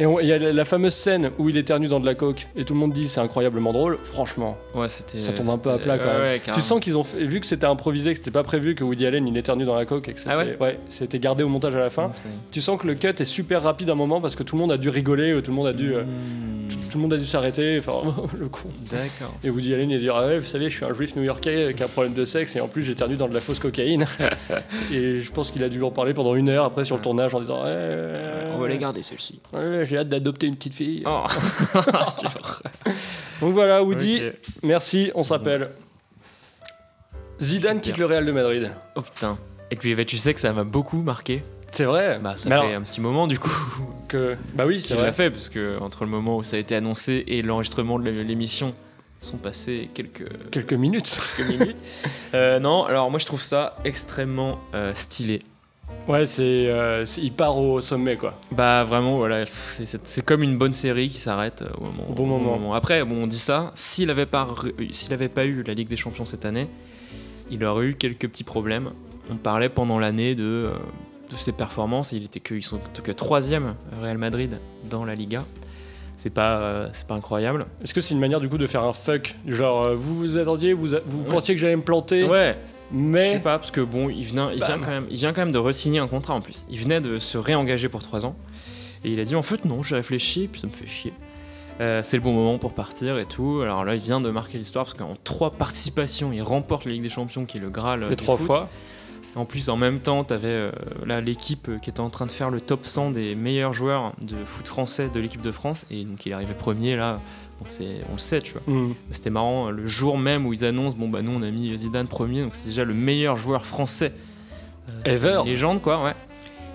S1: Et on- il y a la, la fameuse scène où il éternue dans de la coke et tout le monde dit c'est incroyablement drôle. Franchement,
S2: Ouais, c'était.
S1: Ça tombe un peu à
S2: c'était-
S1: plat, quand
S2: ouais,
S1: même.
S2: ouais, carrément.
S1: tu sens qu'ils ont fait- vu que c'était improvisé, que c'était pas prévu que Woody Allen il éternue dans la coke et que c'était
S2: Ah
S1: c'était gardé au montage à la fin. Tu sens que le cut est super rapide un moment parce que tout le monde a dû rigoler, tout le monde a dû euh,
S2: Hmm.
S1: tout le monde a dû s'arrêter. Enfin le con.
S2: D'accord.
S1: Et Woody Allen il dit ah ouais, vous savez je suis un juif new-yorkais qui a un problème de sexe et en plus j'éternue dans de la fausse cocaïne. et je pense qu'il a dû en parler pendant une heure après sur le tournage en disant Ouais,
S2: On va les garder celle-ci.
S1: ouais, j'ai hâte d'adopter une petite fille.
S2: Euh, Oh.
S1: Donc voilà, Woody,
S2: Ok. Mhm.
S1: merci, on s'appelle. Zidane
S2: Super.
S1: quitte le Real de Madrid.
S2: Oh putain. Et puis bah, tu sais que ça m'a beaucoup marqué.
S1: C'est vrai
S2: Bah ça
S1: Mais
S2: fait
S1: alors
S2: un petit moment du coup
S1: que... Bah oui, c'est
S2: qu'il
S1: vrai.
S2: l'a fait parce que entre le moment où ça a été annoncé et l'enregistrement de l'émission sont passés quelques
S1: Quelques minutes.
S2: quelques minutes. Euh, non, alors moi je trouve ça extrêmement euh, stylé.
S1: Ouais, c'est, euh, c'est- il part au sommet quoi.
S2: Bah vraiment voilà, pff, c'est- c'est c'est comme une bonne série qui s'arrête euh, au moment.
S1: Au bon moment.
S2: Après bon on dit ça, s'il avait pas re- euh, s'il avait pas eu la Ligue des Champions cette année, il aurait eu quelques petits problèmes. On parlait pendant l'année de euh, de ses performances, il était que ils sont que troisième Real Madrid dans la Liga. C'est pas euh, c'est pas incroyable.
S1: Est-ce que c'est une manière du coup de faire un fuck Du Genre, euh, vous vous attendiez, vous, a- vous
S2: Ouais.
S1: pensiez que j'allais me planter,
S2: Ouais, je sais
S1: mais.
S2: pas parce que bon il vient il vient
S1: Bam.
S2: quand même il vient quand même de re-signer un contrat en plus. Il venait de se réengager pour trois ans et il a dit en fait non j'ai réfléchi puis ça me fait chier. Euh, c'est le bon moment pour partir et tout. Alors là, il vient de marquer l'histoire parce qu'en trois participations, il remporte la Ligue des Champions qui est le Graal. euh,
S1: Les
S2: du
S1: trois
S2: foot.
S1: fois.
S2: En plus, en même temps, t'avais euh, là l'équipe euh, qui était en train de faire le top 100 des meilleurs joueurs de foot français de l'équipe de France et donc il est arrivé premier là. Bon, c'est- on le sait, tu vois.
S1: Hmm.
S2: C'était marrant, le jour même où ils annoncent, bon bah nous on a mis Zidane premier, donc c'est déjà le meilleur joueur français. Euh, c'est
S1: Ever.
S2: une Légende quoi, ouais.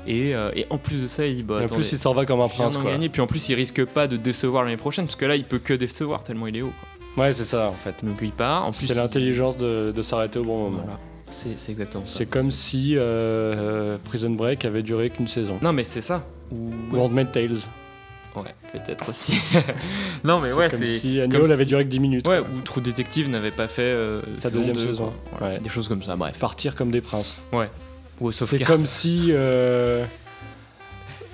S2: Et, euh, et en plus de ça, il dit, bah
S1: Et en
S2: attendez,
S1: plus, il s'en va comme un
S2: je viens
S1: prince
S2: d'en
S1: quoi.
S2: gagner, puis en plus il risque pas de décevoir l'année prochaine, parce que là il peut que décevoir tellement il est haut. Quoi.
S1: Ouais, c'est ça en fait.
S2: Donc il part, en plus...
S1: C'est
S2: il-
S1: l'intelligence de, de s'arrêter au bon moment.
S2: Voilà. c'est c'est exactement ça.
S1: C'est comme si euh, euh, Prison Break avait duré qu'une saison.
S2: Non mais c'est ça. Ou...
S1: Ou Handmaid's Tales.
S2: Ouais, peut-être aussi. non mais ouais,
S1: comme
S2: c'est...
S1: si
S2: comme
S1: Agnew avait
S2: si-
S1: duré que 10 minutes.
S2: Ouais,
S1: quoi.
S2: ou Trou Détective n'avait pas fait euh,
S1: Sa deuxième
S2: deux,
S1: saison.
S2: quoi. Voilà.
S1: Ouais.
S2: Des choses comme ça, bref.
S1: Partir comme des princes.
S2: Ou
S1: C'est
S2: Sauvegard.
S1: comme si. euh,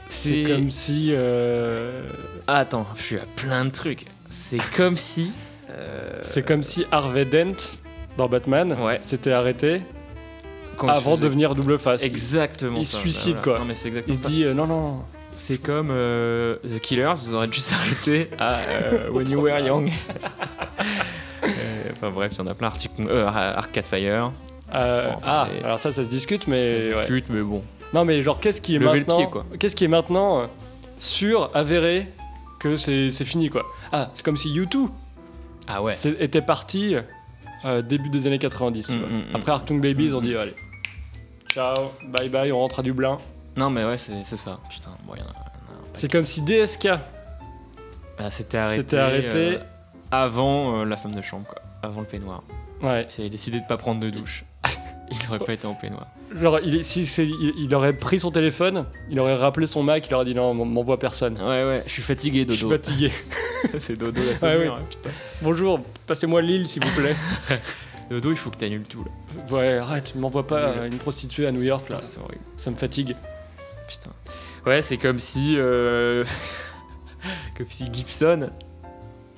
S1: c'est comme si. euh,
S2: Ah, Attends, je suis à plein de trucs. C'est comme si. euh,
S1: C'est comme si Harvey Dent dans Batman
S2: Ouais.
S1: s'était arrêté
S2: quand il
S1: avant de
S2: faisait-
S1: devenir double face.
S2: Exactement.
S1: il
S2: ça,
S1: suicide,
S2: voilà.
S1: quoi.
S2: Non, mais c'est exactement
S1: Il se
S2: ça.
S1: dit euh, non, non.
S2: C'est comme euh, The Killers, ils auraient dû s'arrêter à euh, When You Were Young. Euh, Enfin bref, il y en a plein. Arctic- euh, Arcade Fire.
S1: Euh,
S2: Bon,
S1: ah,
S2: mais-
S1: alors ça, ça se discute,
S2: On
S1: mais. ouais.
S2: discute, mais bon.
S1: Non, mais genre, qu'est-ce qui est
S2: Lever le
S1: maintenant.
S2: pied, quoi.
S1: Qu'est-ce qui est maintenant euh, sûr, avéré, que c'est c'est fini, quoi. Ah, c'est comme si U2
S2: Ah ouais.
S1: c'est- était parti euh, début des années 90. tu
S2: Mm,
S1: vois.
S2: mm, mm.
S1: Après Artung Babies, on
S2: Mm,
S1: dit allez, ciao, bye bye, on rentre à Dublin.
S2: Non, mais ouais, c'est c'est ça. Putain, bon, il y en a. il y en a un paquet.
S1: C'est comme si DSK
S2: Ah, C'était arrêté.
S1: s'était arrêté.
S2: euh, avant euh, la femme de chambre, quoi. Avant le peignoir.
S1: Ouais.
S2: Il avait décidé de pas prendre de douche. il aurait pas été en peignoir.
S1: Genre, il, est- si c'est- il, il aurait pris son téléphone, il aurait rappelé son Mac, il aurait dit non, m'en- m'envoie personne.
S2: Ouais, ouais, je suis fatigué,
S1: Je suis
S2: Dodo.
S1: fatigué.
S2: c'est Dodo la
S1: ouais.
S2: sonnerie, hein, putain.
S1: Bonjour, passez-moi l'île s'il vous plaît.
S2: Dodo, il faut que t'annules tout, là.
S1: ouais, arrête, m'envoie pas
S2: Ouais.
S1: euh, une prostituée à New York là,
S2: c'est horrible.
S1: ça me fatigue.
S2: Putain. Ouais, c'est comme si. euh, comme si Gibson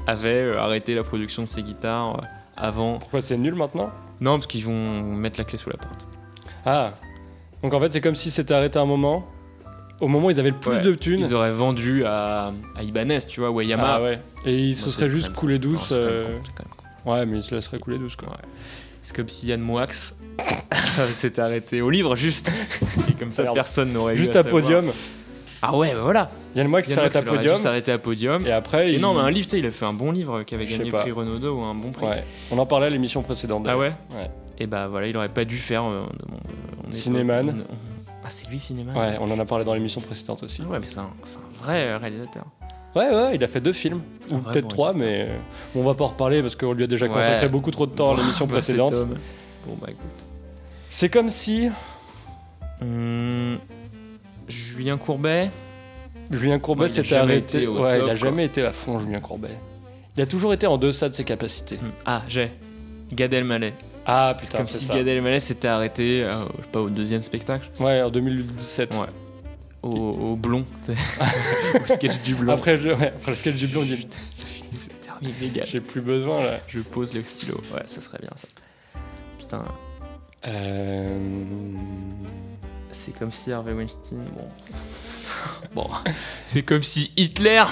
S2: avait euh, arrêté la production de ses guitares euh, avant.
S1: Pourquoi c'est nul maintenant
S2: Non, parce qu'ils vont mettre la clé sous la porte.
S1: Ah, donc en fait, c'est comme si c'était arrêté à un moment. Au moment où ils avaient le plus
S2: Ouais,
S1: de thunes.
S2: Ils auraient vendu à, à Ibanez, tu vois, ou à Yamaha.
S1: Ah ouais. Et ils se
S2: Moi,
S1: seraient
S2: c'est
S1: juste
S2: quand même-
S1: coulés
S2: Non,
S1: douce.
S2: c'est quand même
S1: euh,
S2: con, c'est quand même con.
S1: Ouais, mais ils se laisseraient couler douce quoi.
S2: C'est comme si Yann Moix s'était arrêté au livre, juste. Et comme ça,
S1: Merde.
S2: personne n'aurait eu
S1: Juste à
S2: savoir.
S1: podium.
S2: Ah ouais, bah voilà.
S1: Yann Moix
S2: Yann Moix
S1: s'arrête à
S2: il aurait dû
S1: podium.
S2: s'arrêter à podium.
S1: Et après,
S2: Et
S1: il-
S2: non, mais un livre, tu sais, il a fait un bon livre qui avait
S1: Je sais
S2: gagné le
S1: pas.
S2: prix Renaudot ou un bon prix.
S1: Ouais. On en parlait à l'émission précédente.
S2: Ah ouais
S1: Ouais.
S2: Et bah voilà, il aurait pas dû faire. euh, on- on- on est-
S1: Cinéman.
S2: on- on- Ah, c'est lui, Cinéman
S1: Ouais, on en a parlé dans l'émission précédente aussi.
S2: Ah ouais, mais c'est un, c'est un vrai euh, réalisateur.
S1: Ouais, ouais, il a fait deux films.
S2: Un
S1: Ou
S2: vrai
S1: peut-être
S2: Ah bon
S1: trois, mais euh, on va pas en reparler parce qu'on lui a déjà
S2: Ouais.
S1: consacré beaucoup trop de temps à l'émission
S2: Bah, c'est
S1: précédente.
S2: Tom. Bon bah écoute.
S1: C'est comme si
S2: Hum, Julien Courbet.
S1: Julien
S2: Ouais,
S1: Courbet
S2: il a
S1: s'était
S2: jamais
S1: arrêté.
S2: été au
S1: Ouais,
S2: top,
S1: il a
S2: quoi.
S1: jamais été à fond, Julien Courbet. Il a toujours été en deçà de ses capacités.
S2: Hum, Ah, j'ai. Gad Elmaleh.
S1: Ah
S2: C'est
S1: putain,
S2: comme
S1: c'est
S2: si
S1: ça.
S2: Gad Elmaleh s'était arrêté, euh, je sais pas, au deuxième spectacle,
S1: Ouais, en 2017.
S2: Ouais. au, au blond, tu sais. au sketch du blond.
S1: Après, je... ouais, après le sketch du blond, il dit
S2: c'est fini, c'est terminé, gars.
S1: J'ai plus besoin là.
S2: Je pose le stylo. Ouais, ça serait bien ça. Putain,
S1: Euh...
S2: c'est comme si Harvey Weinstein, bon. bon. C'est comme si Hitler.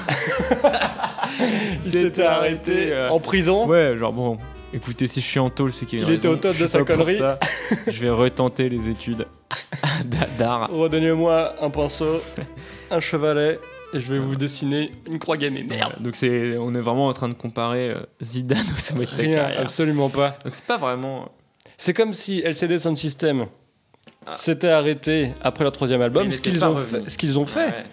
S1: Il s'était arrêté
S2: euh,
S1: en prison.
S2: Ouais, genre bon. Écoutez, si je suis en tôle, c'est qu'il y a une
S1: Il était
S2: raison.
S1: au top
S2: Je suis
S1: de sa
S2: pas pour
S1: connerie.
S2: ça. Je vais retenter les études d'a- d'art.
S1: Redonnez-moi un pinceau, un chevalet, et je vais vous dessiner une croix gammée. Merde.
S2: Donc c'est, on est vraiment en train de comparer euh, Zidane au sommet de sa
S1: Rien,
S2: carrière.
S1: absolument pas.
S2: Donc c'est pas vraiment.
S1: C'est comme si LCD Sound System
S2: Ah.
S1: s'était arrêté après leur troisième
S2: Mais
S1: album,
S2: ils
S1: ce
S2: n'étaient
S1: qu'ils
S2: pas
S1: ont,
S2: revenus.
S1: fait, ce qu'ils ont fait.
S2: Ouais,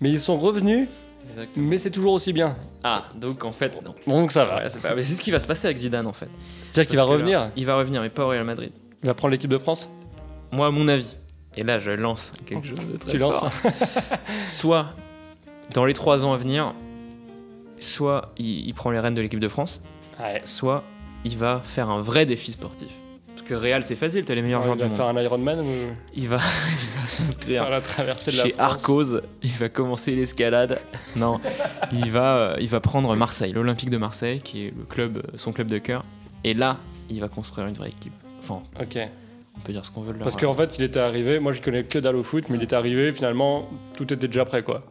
S1: Mais ils sont revenus,
S2: exactement.
S1: mais c'est toujours aussi bien.
S2: Ah, donc en fait, non.
S1: Bon, donc ça va.
S2: Voilà, c'est pas- mais c'est ce qui va se passer avec Zidane en fait.
S1: C'est-à-dire qu'il va
S2: Parce que
S1: revenir,
S2: là, il va revenir, mais pas au Real Madrid.
S1: il va prendre l'équipe de France.
S2: Moi, à mon avis, et là je lance quelque chose de Oh, très
S1: Tu lances.
S2: fort. Soit dans les trois ans à venir, soit il, il prend les rênes de l'équipe de France,
S1: Ouais.
S2: soit il va faire un vrai défi sportif. Parce que Real, c'est facile, t'as les meilleurs
S1: Il
S2: joueurs du
S1: va
S2: monde.
S1: faire un Ironman ou
S2: Il va, il va
S1: faire
S2: s'inscrire.
S1: la traversée de la
S2: Chez
S1: France.
S2: Arcos, il va commencer l'escalade. Non, il va, euh, il va prendre Marseille, l'Olympique de Marseille, qui est le club, euh, son club de cœur. Et là, il va construire une vraie équipe. Enfin,
S1: Ok.
S2: on peut dire ce qu'on veut de leur-
S1: Parce qu'en fait, il était arrivé, moi je connais que dalle au foot, mais il était arrivé, finalement, tout était déjà prêt quoi.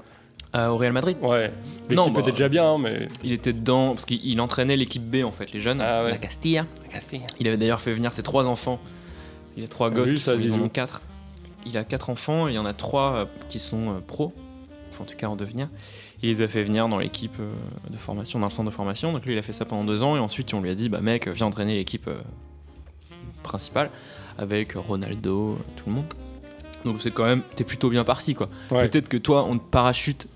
S2: Euh, au Real Madrid.
S1: Ouais,
S2: Non,
S1: l'équipe
S2: bah,
S1: était déjà bien, hein, mais.
S2: Il était dedans parce qu'il il entraînait l'équipe B en fait, les jeunes.
S1: Ah ouais.
S2: La Castilla. Il avait d'ailleurs fait venir ses trois enfants. Il a trois
S1: Ah
S2: gosses.
S1: oui, ça,
S2: ils en
S1: Zizou.
S2: ont quatre. Il a quatre enfants. Il y en a trois euh, qui sont euh, pros. Enfin, en tout cas, en devenir. Il les a fait venir dans l'équipe euh, de formation, dans le centre de formation. Donc lui, il a fait ça pendant deux ans. Et ensuite, on lui a dit, bah mec, viens entraîner l'équipe euh, principale avec Ronaldo, tout le monde. Donc c'est quand même, t'es plutôt bien parti quoi.
S1: Ouais.
S2: Peut-être que toi, on te parachute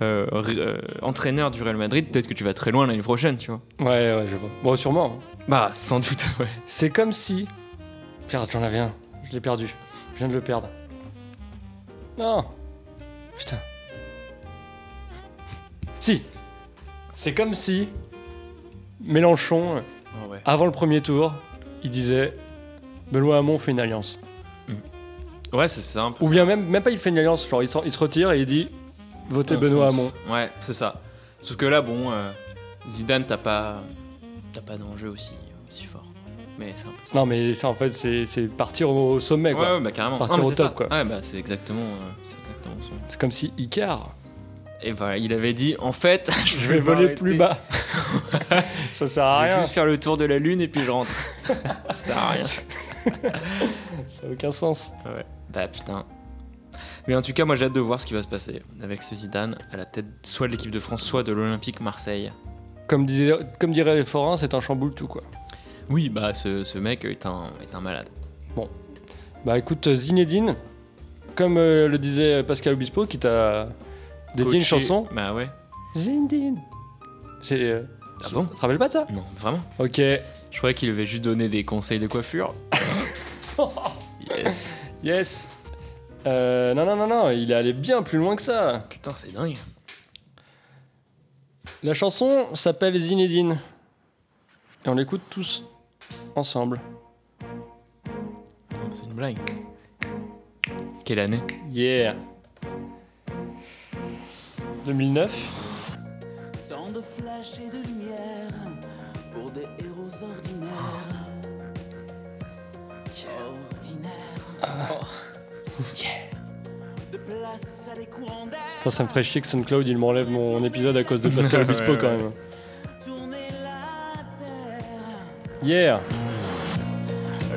S2: euh, ré- euh, entraîneur du Real Madrid, peut-être que tu vas très loin l'année prochaine, tu vois.
S1: ouais, ouais, je vois. Bon, sûrement.
S2: Bah, sans doute, ouais.
S1: C'est comme si. Merde, j'en avais un. Je l'ai perdu. Je viens de le perdre. Non Putain. Si C'est comme si Mélenchon, avant le premier tour, il disait Benoît Hamon fait une alliance.
S2: Ouais, c'est ça un peu.
S1: Ou bien même, même pas il fait une alliance, genre il, s'en- il se retire et il dit Votez
S2: On
S1: Benoît Hamon.
S2: fonce. Ouais, c'est ça. Sauf que là, bon, euh, Zidane, t'as pas, t'as pas d'enjeu aussi, euh, aussi fort. Mais c'est un peu ça.
S1: Non, mais ça en fait, c'est c'est partir au, au sommet
S2: ouais,
S1: quoi.
S2: ouais, bah carrément.
S1: Partir
S2: Non, mais
S1: au
S2: c'est
S1: top,
S2: ça.
S1: quoi.
S2: Ouais, bah c'est exactement, euh, c'est exactement ça.
S1: C'est comme si Icar,
S2: Et voilà, il avait dit, en fait, je,
S1: je vais voler
S2: m'arrêter.
S1: plus bas. ça sert à
S2: Je vais
S1: rien.
S2: juste faire le tour de la lune et puis je rentre. ça sert à rien.
S1: Ça n'a aucun sens.
S2: Ouais. Bah putain. Mais en tout cas, moi j'ai hâte de voir ce qui va se passer avec ce Zidane à la tête soit de l'équipe de France, soit de l'Olympique Marseille.
S1: Comme, disait, comme diraient les forains, c'est un chamboule tout quoi.
S2: Oui, bah ce, ce mec est un, est un malade.
S1: Bah écoute, euh, Zinedine, comme euh, le disait Pascal Obispo, qui t'a dédié une
S2: Coaché-
S1: chanson.
S2: Bah ouais.
S1: Zindine. C'est. euh,
S2: Ah
S1: tu
S2: bon
S1: te rappelles pas de ça
S2: Non, vraiment.
S1: Ok.
S2: Je croyais qu'il devait juste donner des conseils de coiffure. yes.
S1: Yes. Euh, non, non, non, non, il est allé bien plus loin que ça.
S2: Putain, c'est dingue.
S1: La chanson s'appelle Zinedine. Et on l'écoute tous ensemble.
S2: Non, mais C'est une blague. Quelle année
S1: Yeah. 2009.
S4: Tant de flashs et de lumière pour des héros ordinaires. Ordinaires. De place à des courants d'air.
S1: Ça, ça me ferait chier que SoundCloud il m'enlève mon épisode à cause de Pascal Obispo
S2: Ouais,
S1: quand
S2: ouais.
S1: même.
S4: Tourner la terre.
S1: Yeah.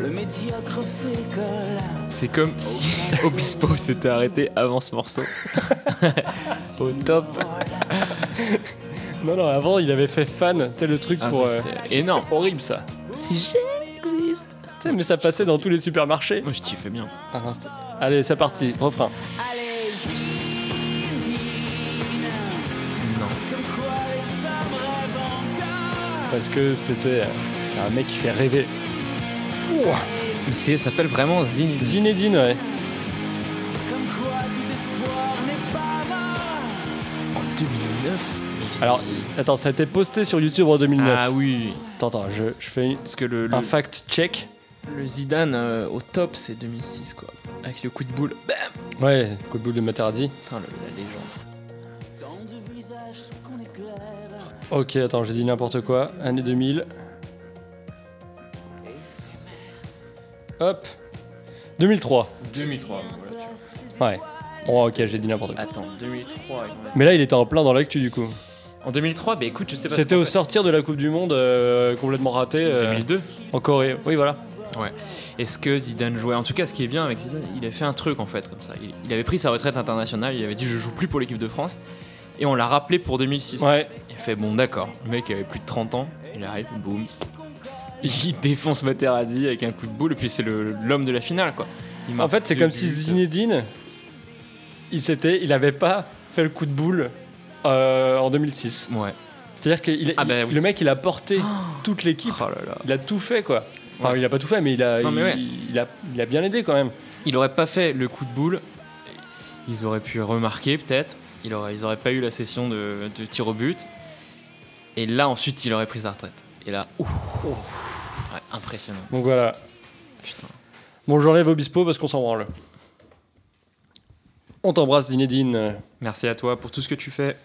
S4: Le médiocre fait école.
S2: C'est comme si Obispo s'était arrêté avant ce morceau. Au top.
S1: Non, non, avant il avait fait fan, c'est le truc
S2: Ah,
S1: pour.
S2: ça,
S1: euh,
S2: c'était énorme.
S1: c'était horrible ça.
S2: Si
S1: Tu sais, mais ça passait dans tous les supermarchés.
S2: Moi, je kiffais bien.
S1: Ah, non, c'était- Allez, c'est parti, refrain.
S4: Allez, Zindine.
S2: Non.
S4: Comme quoi les hommes rêvent encore.
S1: Parce que c'était. euh, C'est un mec qui fait rêver.
S2: Mais c'est- ça s'appelle vraiment Zinedine.
S1: Zinedine, ouais.
S4: Comme quoi tout espoir n'est pas mort.
S2: En 2009
S1: Alors, attends, ça a été posté sur YouTube en 2009.
S2: Ah oui.
S1: Attends, attends, je, je fais une-
S2: Parce que le, le,
S1: un fact check.
S2: le Zidane euh, au top, c'est 2006, quoi. Avec le coup de boule. Bah,
S1: Ouais, coup de boule de Materdi.
S2: Putain, le- la légende.
S4: Tant de visages qu'on éclaire.
S1: Ok, attends, j'ai dit n'importe quoi. Année 2000. Hop. 2003.
S2: 2003,
S1: Ouais. Bon, ok, j'ai dit n'importe quoi.
S2: Attends, 2003.
S1: Mais là, il était en plein dans l'actu du coup.
S2: En 2003, bah écoute, je sais pas.
S1: C'était au sortir de la Coupe du Monde euh, complètement ratée euh,
S2: 2002.
S1: en Corée. Oui, voilà.
S2: Est-ce que Zidane jouait En tout cas, ce qui est bien avec Zidane, il a fait un truc en fait, comme ça. Il, il avait pris sa retraite internationale, il avait dit je joue plus pour l'équipe de France. Et on l'a rappelé pour 2006.
S1: Ouais.
S2: Il a fait bon, d'accord. Le mec avait plus de 30 ans, il arrive, boum. Il défonce Materazzi avec un coup de boule, et puis c'est le- l'homme de la finale quoi. Il
S1: En
S2: marque
S1: fait, c'est
S2: deux
S1: comme si
S2: buts.
S1: Zinedine, il s'était, il avait pas fait le coup de boule euh, en 2006.
S2: Ouais.
S1: C'est-à-dire que il-
S2: Ah
S1: il-
S2: bah oui.
S1: le mec, il a porté toute l'équipe.
S2: Oh là là.
S1: Il a tout fait, quoi. Enfin,
S2: Ouais.
S1: il a pas tout fait, mais il a,
S2: Non, mais
S1: il,
S2: ouais.
S1: il a, il a bien aidé quand même.
S2: Il aurait pas fait le coup de boule, ils auraient pu remarquer peut-être. Il aurait, ils auraient pas eu la session de, de tir au but. Et là, ensuite, il aurait pris sa retraite. Et là, ouf. Ouais, impressionnant.
S1: Donc voilà.
S2: Putain.
S1: Bon, j'enlève Obispo parce qu'on s'en branle. On t'embrasse, Zinedine.
S2: Merci à toi pour tout ce que tu fais.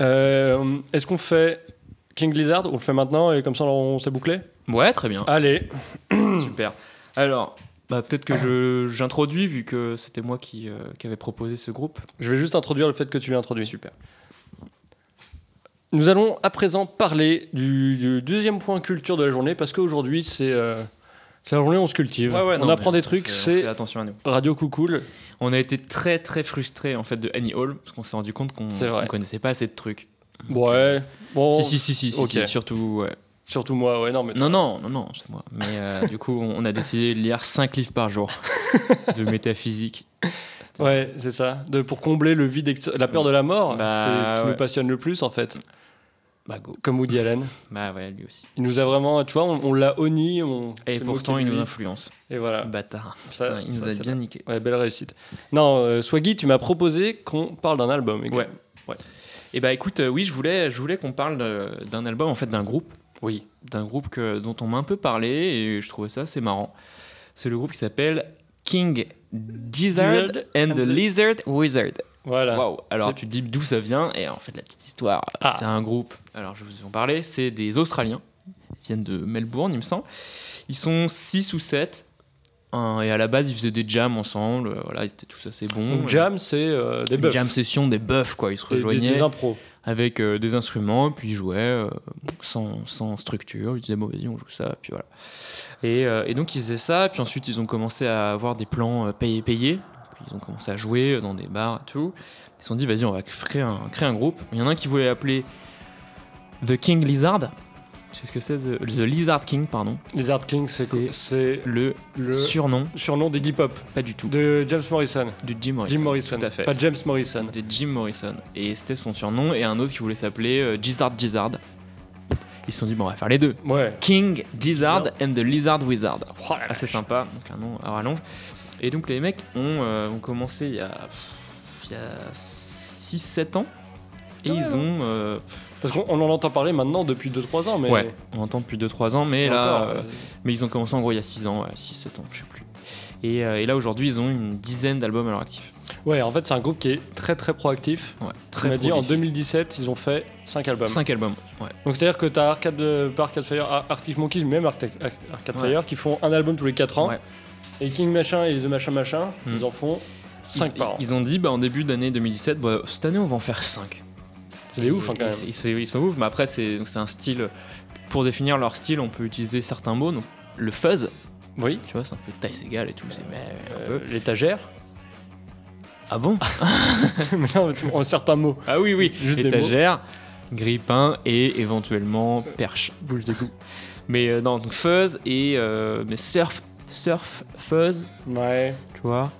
S1: Euh, Est-ce qu'on fait King Lizard On le fait maintenant et comme ça on s'est bouclé
S2: Ouais, très bien.
S1: Allez.
S2: Super. Alors, bah, peut-être que je- j'introduis, vu que c'était moi qui, euh, qui avait proposé ce groupe.
S1: Je vais juste introduire le fait que tu l'as introduit.
S2: Super.
S1: Nous allons à présent parler du, du deuxième point culture de la journée parce qu'aujourd'hui c'est euh, c'est la journée où on se cultive. on
S2: non,
S1: apprend
S2: mais
S1: des trucs,
S2: on fait- on
S1: c'est
S2: fait Attention à nous.
S1: Radio Coucoule.
S2: On a été très, très frustrés, en fait, de Annie Hall, parce qu'on s'est rendu compte qu'on
S1: C'est vrai.
S2: on connaissait pas assez de trucs.
S1: Ouais. Bon,
S2: Si, si, si, si, si,
S1: ok.
S2: si, surtout, ouais.
S1: surtout moi, ouais, non, mais.
S2: Non, non, non, non, c'est moi. Mais euh, du coup, on on a décidé de lire 5 livres par jour de métaphysique. C'était-
S1: Ouais, c'est ça. De, pour combler le vide, ex- la peur de la mort,
S2: Bah,
S1: c'est ce qui
S2: ouais.
S1: nous passionne le plus en fait.
S2: Bah, go.
S1: Comme Woody Allen.
S2: Bah, ouais, lui aussi.
S1: Il nous a vraiment, tu vois, on, on l'a honni. On,
S2: Et
S1: c'est le mot
S2: pourtant,
S1: qui
S2: il
S1: lui-
S2: nous influence.
S1: Et voilà.
S2: Bâtard.
S1: Ça,
S2: Putain, il nous
S1: ça,
S2: a
S1: c'est
S2: bien niqué.
S1: Ouais, belle réussite. Non, euh, Swaggy, tu m'as proposé qu'on parle d'un album. également.
S2: Ouais. Eh bah écoute, euh, oui, je voulais, je voulais qu'on parle euh, d'un album, en fait d'un groupe. Oui. D'un groupe que, dont on m'a un peu parlé et je trouvais ça assez marrant. C'est le groupe qui s'appelle King Gizzard
S1: Gizzard
S2: and
S1: and
S2: the
S1: the-
S2: Lizard Wizard.
S1: Voilà.
S2: Waouh. Alors
S1: C'est-
S2: tu te dis d'où ça vient et en fait la petite histoire,
S1: Ah.
S2: c'est un groupe, alors je vous en parlais, c'est des Australiens. Ils viennent de Melbourne, il me semble. Ils sont 6 ou 7. et à la base, ils faisaient des jams ensemble. euh, Voilà, ils étaient tous assez bons.
S1: Donc, Jam, c'est euh, des
S2: Une
S1: buffs.
S2: Mmh. jam session, des buffs, quoi. Ils se
S1: Des- des,
S2: rejoignaient
S1: des impros.
S2: avec euh, des instruments, et puis ils jouaient euh, sans, sans structure. Ils disaient, bon, vas-y, on joue ça, puis voilà. Et, euh, et donc ils faisaient ça, puis ensuite ils ont commencé à avoir des plans euh, payés-payés. Donc, Ils ont commencé à jouer dans des bars et tout. Ils se sont dit, vas-y, on va créer un, créer un groupe. Il y en a un qui voulait appeler The King Lizard, Tu sais ce que c'est The, The Lizard King, pardon.
S1: Les Art Kings, c'est
S2: C'est
S1: quoi C'est
S2: Le,
S1: le
S2: surnom,
S1: surnom des hip Hop
S2: pas du tout,
S1: de James Morrison.
S2: de Jim Morrison.
S1: Jim Morrison,
S2: Tout à fait.
S1: pas James Morrison.
S2: C'était Jim Morrison. Et c'était son surnom. Et un autre qui voulait s'appeler euh, Gizzard Gizzard. Ils se sont dit, bon, on va faire les deux.
S1: Ouais.
S2: King Gizzard and the Lizard Wizard.
S1: Oh là là.
S2: Assez sympa, donc un nom à rallonge. Et donc les mecs ont, euh, ont commencé il y a, pff, il y a 6-7 ans. Et
S1: Ah ouais,
S2: ils ont. euh,
S1: Parce qu'on on en entend parler maintenant depuis 2-3 ans, mais.
S2: ouais, on entend depuis 2-3 ans, mais
S1: Et
S2: là.
S1: encore,
S2: euh, mais ils ont commencé en gros il y a 6 ans, 6-7 ans, je sais plus. Et, euh, et là aujourd'hui, ils ont une dizaine d'albums à leur actif.
S1: Ouais, en fait, c'est un groupe qui est très très proactif.
S2: Ouais,
S1: Très
S2: très
S1: On m'a dit en 2017, ils ont fait 5 albums.
S2: 5 albums, ouais.
S1: Donc c'est à dire que t'as Arcade, euh, pas Arcade Fire, Ar- Arctic Monkeys, même Arcade, Ar- Arcade
S2: Ouais.
S1: Fire qui font un album tous les 4 ans.
S2: Ouais.
S1: Et King Machin et The Machin Machin,
S2: Hmm.
S1: ils en font 5
S2: ils,
S1: par an.
S2: Ils ont dit bah, en début d'année 2017, bah, cette année on va en faire 5.
S1: C'est des ouf hein, quand même.
S2: Ils, ils- ils sont ouf, mais après c'est donc c'est un style. Pour définir leur style, on peut utiliser certains mots. Donc, le fuzz,
S1: Oui.
S2: tu vois, c'est un peu taille égale et tout. c'est- mais, un
S1: Euh,
S2: peu.
S1: L'étagère.
S2: Ah bon
S1: mais non, mais tu- en certains mots.
S2: Ah oui, oui,
S1: Juste des
S2: étagère, grippin et éventuellement perche.
S1: Bouge des coups.
S2: Mais euh, non, donc fuzz et euh, mais surf, surf, fuzz,
S1: Ouais.
S2: tu vois,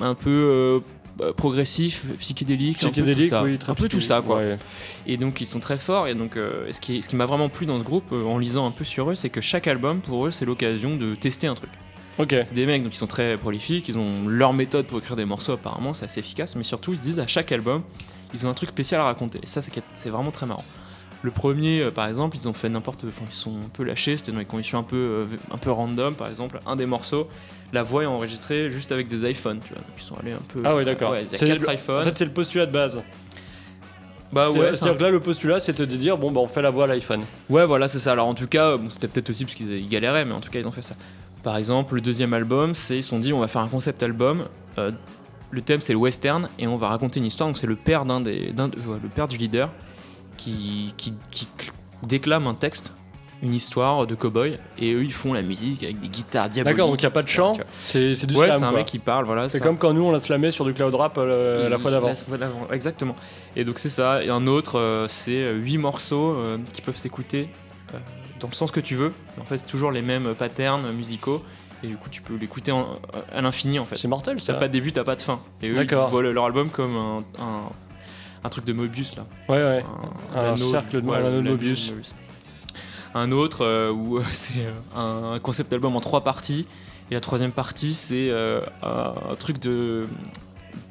S2: un peu euh, bah, progressif, psychédélique, un peu tout
S1: Psychédélique,
S2: ça.
S1: oui. très
S2: un peu tout ça, quoi.
S1: ouais.
S2: Et donc ils sont très forts. Et donc euh, ce qui, ce qui m'a vraiment plu dans ce groupe, euh, en lisant un peu sur eux, c'est que chaque album pour eux c'est l'occasion de tester un truc.
S1: Ok.
S2: C'est des mecs donc ils sont très prolifiques, ils ont leur méthode pour écrire des morceaux apparemment, c'est assez efficace. Mais surtout ils se disent à chaque album, ils ont un truc spécial à raconter. Et ça c'est c'est vraiment très marrant. Le premier, euh, par exemple, ils ont fait n'importe, enfin, ils sont un peu lâchés, c'était dans des conditions un peu, euh, un peu random. Par exemple, un des morceaux, la voix est enregistrée juste avec des iPhones, tu vois. Donc ils sont allés un peu.
S1: Ah ouais, d'accord.
S2: Ouais, il y a
S1: C'est
S2: quatre
S1: le- En
S2: iPhones.
S1: fait, c'est le postulat de base.
S2: bah
S1: C'est-
S2: Ah ouais, c'est un-
S1: C'est-à-dire que là, le postulat, c'était de dire bon, bah, on fait la voix à l'iPhone.
S2: Ouais, voilà, c'est ça. Alors en tout cas, bon, c'était peut-être aussi parce qu'ils ils galéraient, mais en tout cas, ils ont fait ça. Par exemple, le deuxième album, c'est ils se sont dit on va faire un concept album. euh, le thème c'est le western et on va raconter une histoire. Donc c'est le père d'un des, d'un de- ouais, le père du leader qui, qui, qui cl- déclame un texte, une histoire de cowboy et eux ils font la musique avec des guitares diaboliques.
S1: D'accord, donc il n'y a pas de
S2: etc.,
S1: chant,
S2: tu vois.
S1: c'est c'est du
S2: Ouais,
S1: slam.
S2: c'est un
S1: quoi.
S2: mec qui parle, voilà.
S1: C'est
S2: ça.
S1: comme quand nous, on l'a slamé sur du cloud rap euh, la fois d'avant.
S2: La fois d'avant, Exactement. Et donc c'est ça. Et un autre, euh, c'est euh, huit morceaux euh, qui peuvent s'écouter euh, dans le sens que tu veux. En fait, c'est toujours les mêmes patterns euh, musicaux. Et du coup, tu peux l'écouter en- euh, à l'infini en fait.
S1: C'est mortel, ça.
S2: T'as pas de début, t'as pas de fin. Et eux, ils
S1: D'accord.
S2: voient le- leur album comme un, un, un truc de Mobius là.
S1: Ouais, ouais.
S2: Un,
S1: Un
S2: anneau-
S1: cercle de-
S2: ouais,
S1: un anneau de
S2: l'anneau
S1: Mobius.
S2: Un autre euh, où euh, c'est euh, un un concept album en trois parties. Et la troisième partie, c'est euh, un un truc de,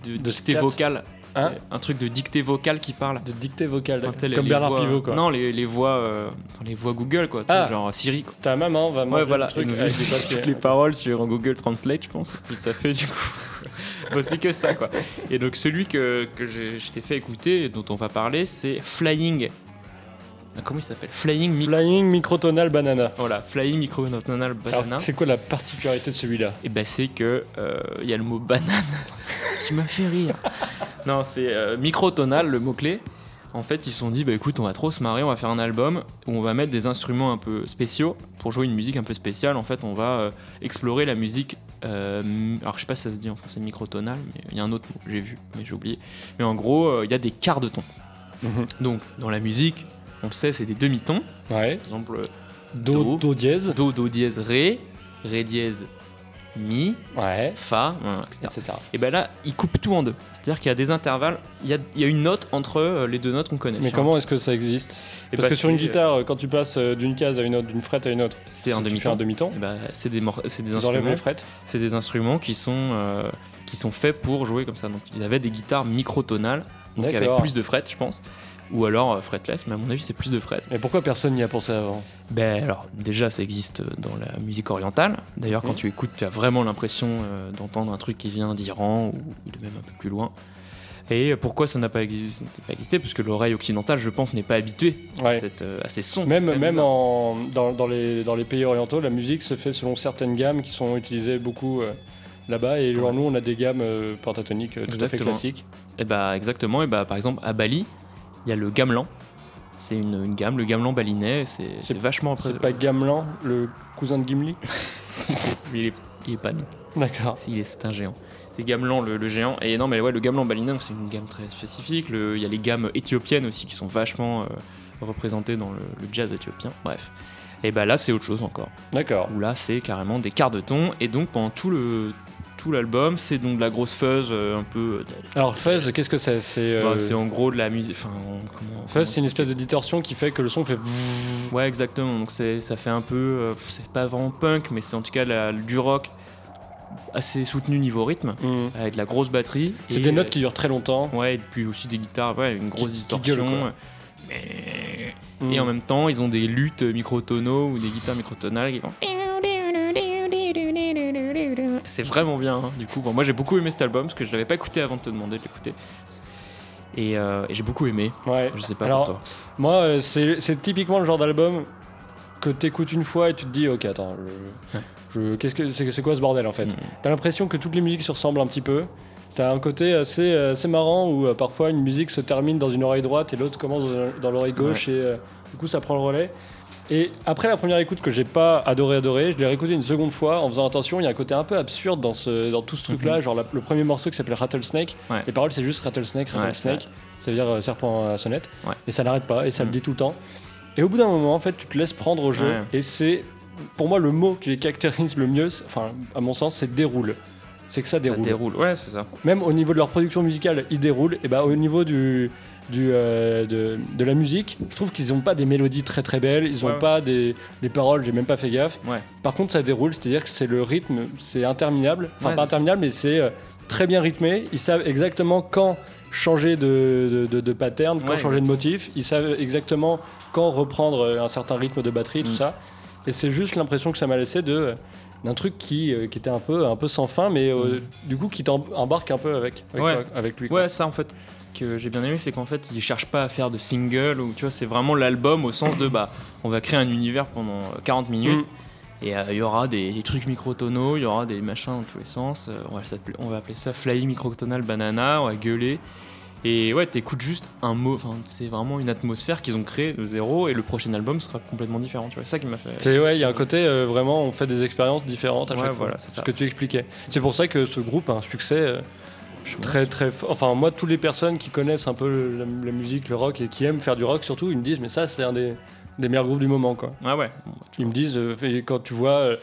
S2: de,
S1: De
S2: dictée
S1: scat.
S2: vocale.
S1: Hein
S2: un truc de dictée vocale qui parle.
S1: De dictée vocale.
S2: Enfin, t'sais, les-
S1: Comme
S2: les
S1: Bernard
S2: voix-
S1: Pivot, quoi.
S2: Non, les, les voix, euh, enfin, les voix Google, quoi. t'sais,
S1: Ah.
S2: Genre Siri, quoi.
S1: Ta maman va manger
S2: ouais, voilà.
S1: le truc
S2: Et nous,
S1: avec des papiers.
S2: toutes les paroles sur Google Translate, je pense. Et puis ça fait, du coup. Bon, c'est que ça, quoi. Et donc, celui que, que j'ai- je t'ai fait écouter, et dont on va parler, c'est Flying. Ah, Comment il s'appelle Flying Micro.
S1: Flying microtonal banana.
S2: Voilà, Flying Micro National Banana.
S1: Alors, c'est quoi la particularité de celui-là
S2: Et bah, c'est que. Il y a le mot banane qui m'a fait rire. Non, c'est euh, microtonal le mot-clé. En fait, ils se sont dit, bah écoute, on va trop se marrer, on va faire un album où on va mettre des instruments un peu spéciaux pour jouer une musique un peu spéciale. En fait, on va euh, explorer la musique. euh, m- alors, je sais pas si ça se dit en français microtonal, mais il y a un autre mot, j'ai vu, mais j'ai oublié. Mais en gros, euh, il y a des quarts de ton. Donc, dans la musique, on le sait, c'est des demi-tons.
S1: Ouais.
S2: Par exemple, euh,
S1: Do,
S2: Do.
S1: do dièse.
S2: do, do dièse, ré, ré dièse, mi,
S1: Ouais.
S2: fa, euh, etc
S1: Etc.
S2: et ben là il coupe tout en deux. C'est-à-dire qu'il y a des intervalles, il y a, il y a une note entre euh, les deux notes qu'on connaît.
S1: Mais
S2: Sur-
S1: comment est-ce que ça existe
S2: et
S1: Parce que
S2: ben,
S1: sur une
S2: c'est-
S1: guitare, euh, quand tu passes euh, d'une case à une autre, d'une frette à une autre,
S2: c'est un
S1: si tu fais un
S2: demi-temps.
S1: demi-temps.
S2: Et ben, c'est des, mor- c'est des
S1: Ils enlèvent
S2: instruments,
S1: les frettes.
S2: c'est des instruments qui sont euh, qui sont faits pour jouer comme ça. Donc ils avaient des guitares microtonales, donc avec
S1: D'accord.
S2: plus de frettes, je pense, ou alors euh, fretless, mais à mon avis c'est plus de frettes.
S1: Et pourquoi personne n'y a pensé avant
S2: Ben alors déjà ça existe euh, dans la musique orientale. D'ailleurs quand
S1: Mhm.
S2: tu écoutes tu as vraiment l'impression euh, d'entendre un truc qui vient d'Iran ou de même un peu plus loin. Et euh, pourquoi ça n'a pas, exi- ça n'a pas existé Parce que l'oreille occidentale je pense n'est pas habituée à,
S1: Ouais.
S2: cette, euh, à ces sons.
S1: Même,
S2: C'est très
S1: même
S2: bizarre.
S1: en, dans, dans les, dans les pays orientaux, la musique se fait selon certaines gammes qui sont utilisées beaucoup euh, là-bas. Et genre,
S2: Ouais.
S1: nous, on a des gammes euh, pentatoniques euh, tout à fait
S2: Exactement.
S1: classiques.
S2: Eh ben, exactement, et ben, par exemple à Bali il y a le gamelan. C'est une, une gamme, le gamelan balinais, c'est c'est vachement
S1: C'est
S2: impressionnant.
S1: pas Gamelan, le cousin de Gimli
S2: il, est, il est pas né.
S1: D'accord.
S2: Si, il est- c'est un géant. C'est Gamelan le, le géant. Et non, mais ouais, le Gamelan balinais, donc c'est une gamme très spécifique. Le- Il y a les gammes éthiopiennes aussi qui sont vachement euh, représenté dans le, le jazz éthiopien. Bref. Et bah là, c'est autre chose encore.
S1: D'accord.
S2: Où là, c'est carrément des quarts de ton. Et donc, pendant tout le tout l'album, c'est donc de la grosse fuzz, euh, un peu.
S1: Alors Fuzz, qu'est-ce que c'est C'est euh,
S2: Bah, c'est en gros de la musique. Enfin, on- comment. comment-
S1: Fuzz, c'est une espèce de distorsion qui fait que le son fait.
S2: Ouais, exactement. Donc c'est, ça fait un peu, euh, c'est pas vraiment punk, mais c'est en tout cas la- du rock assez soutenu niveau rythme,
S1: Mm.
S2: avec de la grosse batterie.
S1: C'est
S2: et,
S1: des notes
S2: euh,
S1: qui durent très longtemps.
S2: Ouais, et puis aussi des guitares, ouais, une grosse
S1: qui
S2: distorsion.
S1: gueulent, quoi.
S2: Mais-
S1: Mm.
S2: Et en même temps, ils ont des luttes microtonaux ou des guitares microtonales qui font- C'est vraiment bien, hein. du coup. bon, moi, j'ai beaucoup aimé cet album parce que je l'avais pas écouté avant de te demander de l'écouter. Et, euh, et j'ai beaucoup aimé.
S1: Ouais.
S2: Je sais pas
S1: Alors,
S2: pour toi.
S1: Moi, euh, c'est c'est typiquement le genre d'album que t'écoutes une fois et tu te dis, ok, attends, je- je- qu'est-ce que c'est c'est quoi ce bordel en fait
S2: Mm.
S1: T'as l'impression que toutes les musiques se ressemblent un petit peu. T'as un côté assez, euh, assez marrant où euh, parfois une musique se termine dans une oreille droite et l'autre commence dans, dans l'oreille gauche et euh, du coup ça prend le relais. Et après la première écoute que j'ai pas adoré adoré, je l'ai réécouté une seconde fois en faisant attention, il y a un côté un peu absurde dans, ce, dans tout ce truc là, genre la- le premier morceau qui s'appelait Rattlesnake,
S2: Mhm. Ouais.
S1: les paroles c'est juste Rattlesnake,
S2: Ouais,
S1: Rattlesnake, ça veut dire euh, serpent à sonnette,
S2: Ouais.
S1: et ça n'arrête pas et ça
S2: Mm.
S1: le dit tout le temps. Et au bout d'un moment en fait tu te laisses prendre au jeu
S2: Ouais.
S1: et c'est pour moi le mot qui les caractérise le mieux, c'est- enfin à mon sens c'est déroule. C'est que ça
S2: Ça
S1: déroule
S2: déroule. Ouais, c'est ça.
S1: même au niveau de leur production musicale, ils déroulent. Et bah, au niveau du, du, euh, de, de la musique, je trouve qu'ils n'ont pas des mélodies très très belles, ils n'ont
S2: Ouais.
S1: pas des, des paroles, j'ai même pas fait gaffe.
S2: Ouais.
S1: Par contre, ça déroule, c'est-à-dire que c'est le rythme, c'est interminable. Enfin, pas
S2: Ouais, c'est ça.
S1: interminable, mais c'est euh, très bien rythmé. Ils savent exactement quand changer de, de, de- de pattern, quand
S2: Ouais,
S1: changer de motif. Ils savent exactement quand reprendre euh, un certain rythme de batterie, tout
S2: Mm.
S1: ça. Et c'est juste l'impression que ça m'a laissé de. euh, d'un truc qui, euh, qui était un peu, un peu sans fin, mais euh, du coup qui t'embarque un peu avec, avec,
S2: Mm. Ouais.
S1: toi, avec lui. quoi.
S2: Ouais, ça en fait que j'ai bien aimé, c'est qu'en fait ils cherchent pas à faire de single ou tu vois, c'est vraiment l'album au sens de bah on va créer un univers pendant euh, 40 minutes
S1: Mm.
S2: et euh, il y aura des, des trucs microtonaux, il y aura des machins dans tous les sens. euh, on, va s'appeler- on va appeler ça Flying Microtonal Banana, on va gueuler. Et ouais, t'écoutes juste un mot, enfin, c'est vraiment une atmosphère qu'ils ont créée de zéro et le prochain album sera complètement différent, tu vois. C'est ça qui m'a fait.
S1: C'est ouais, il y a un côté euh, vraiment on fait des expériences différentes à
S2: Ouais,
S1: chaque fois.
S2: voilà, c'est
S1: Ce
S2: ça.
S1: que tu expliquais. C'est pour ça que ce groupe a un succès euh, très très fort. Enfin moi toutes les personnes qui connaissent un peu le- la, la musique, le rock et qui aiment faire du rock surtout, ils me disent mais ça c'est un des, des meilleurs groupes du moment quoi.
S2: Ah ouais.
S1: Ils me disent euh, et quand tu vois euh,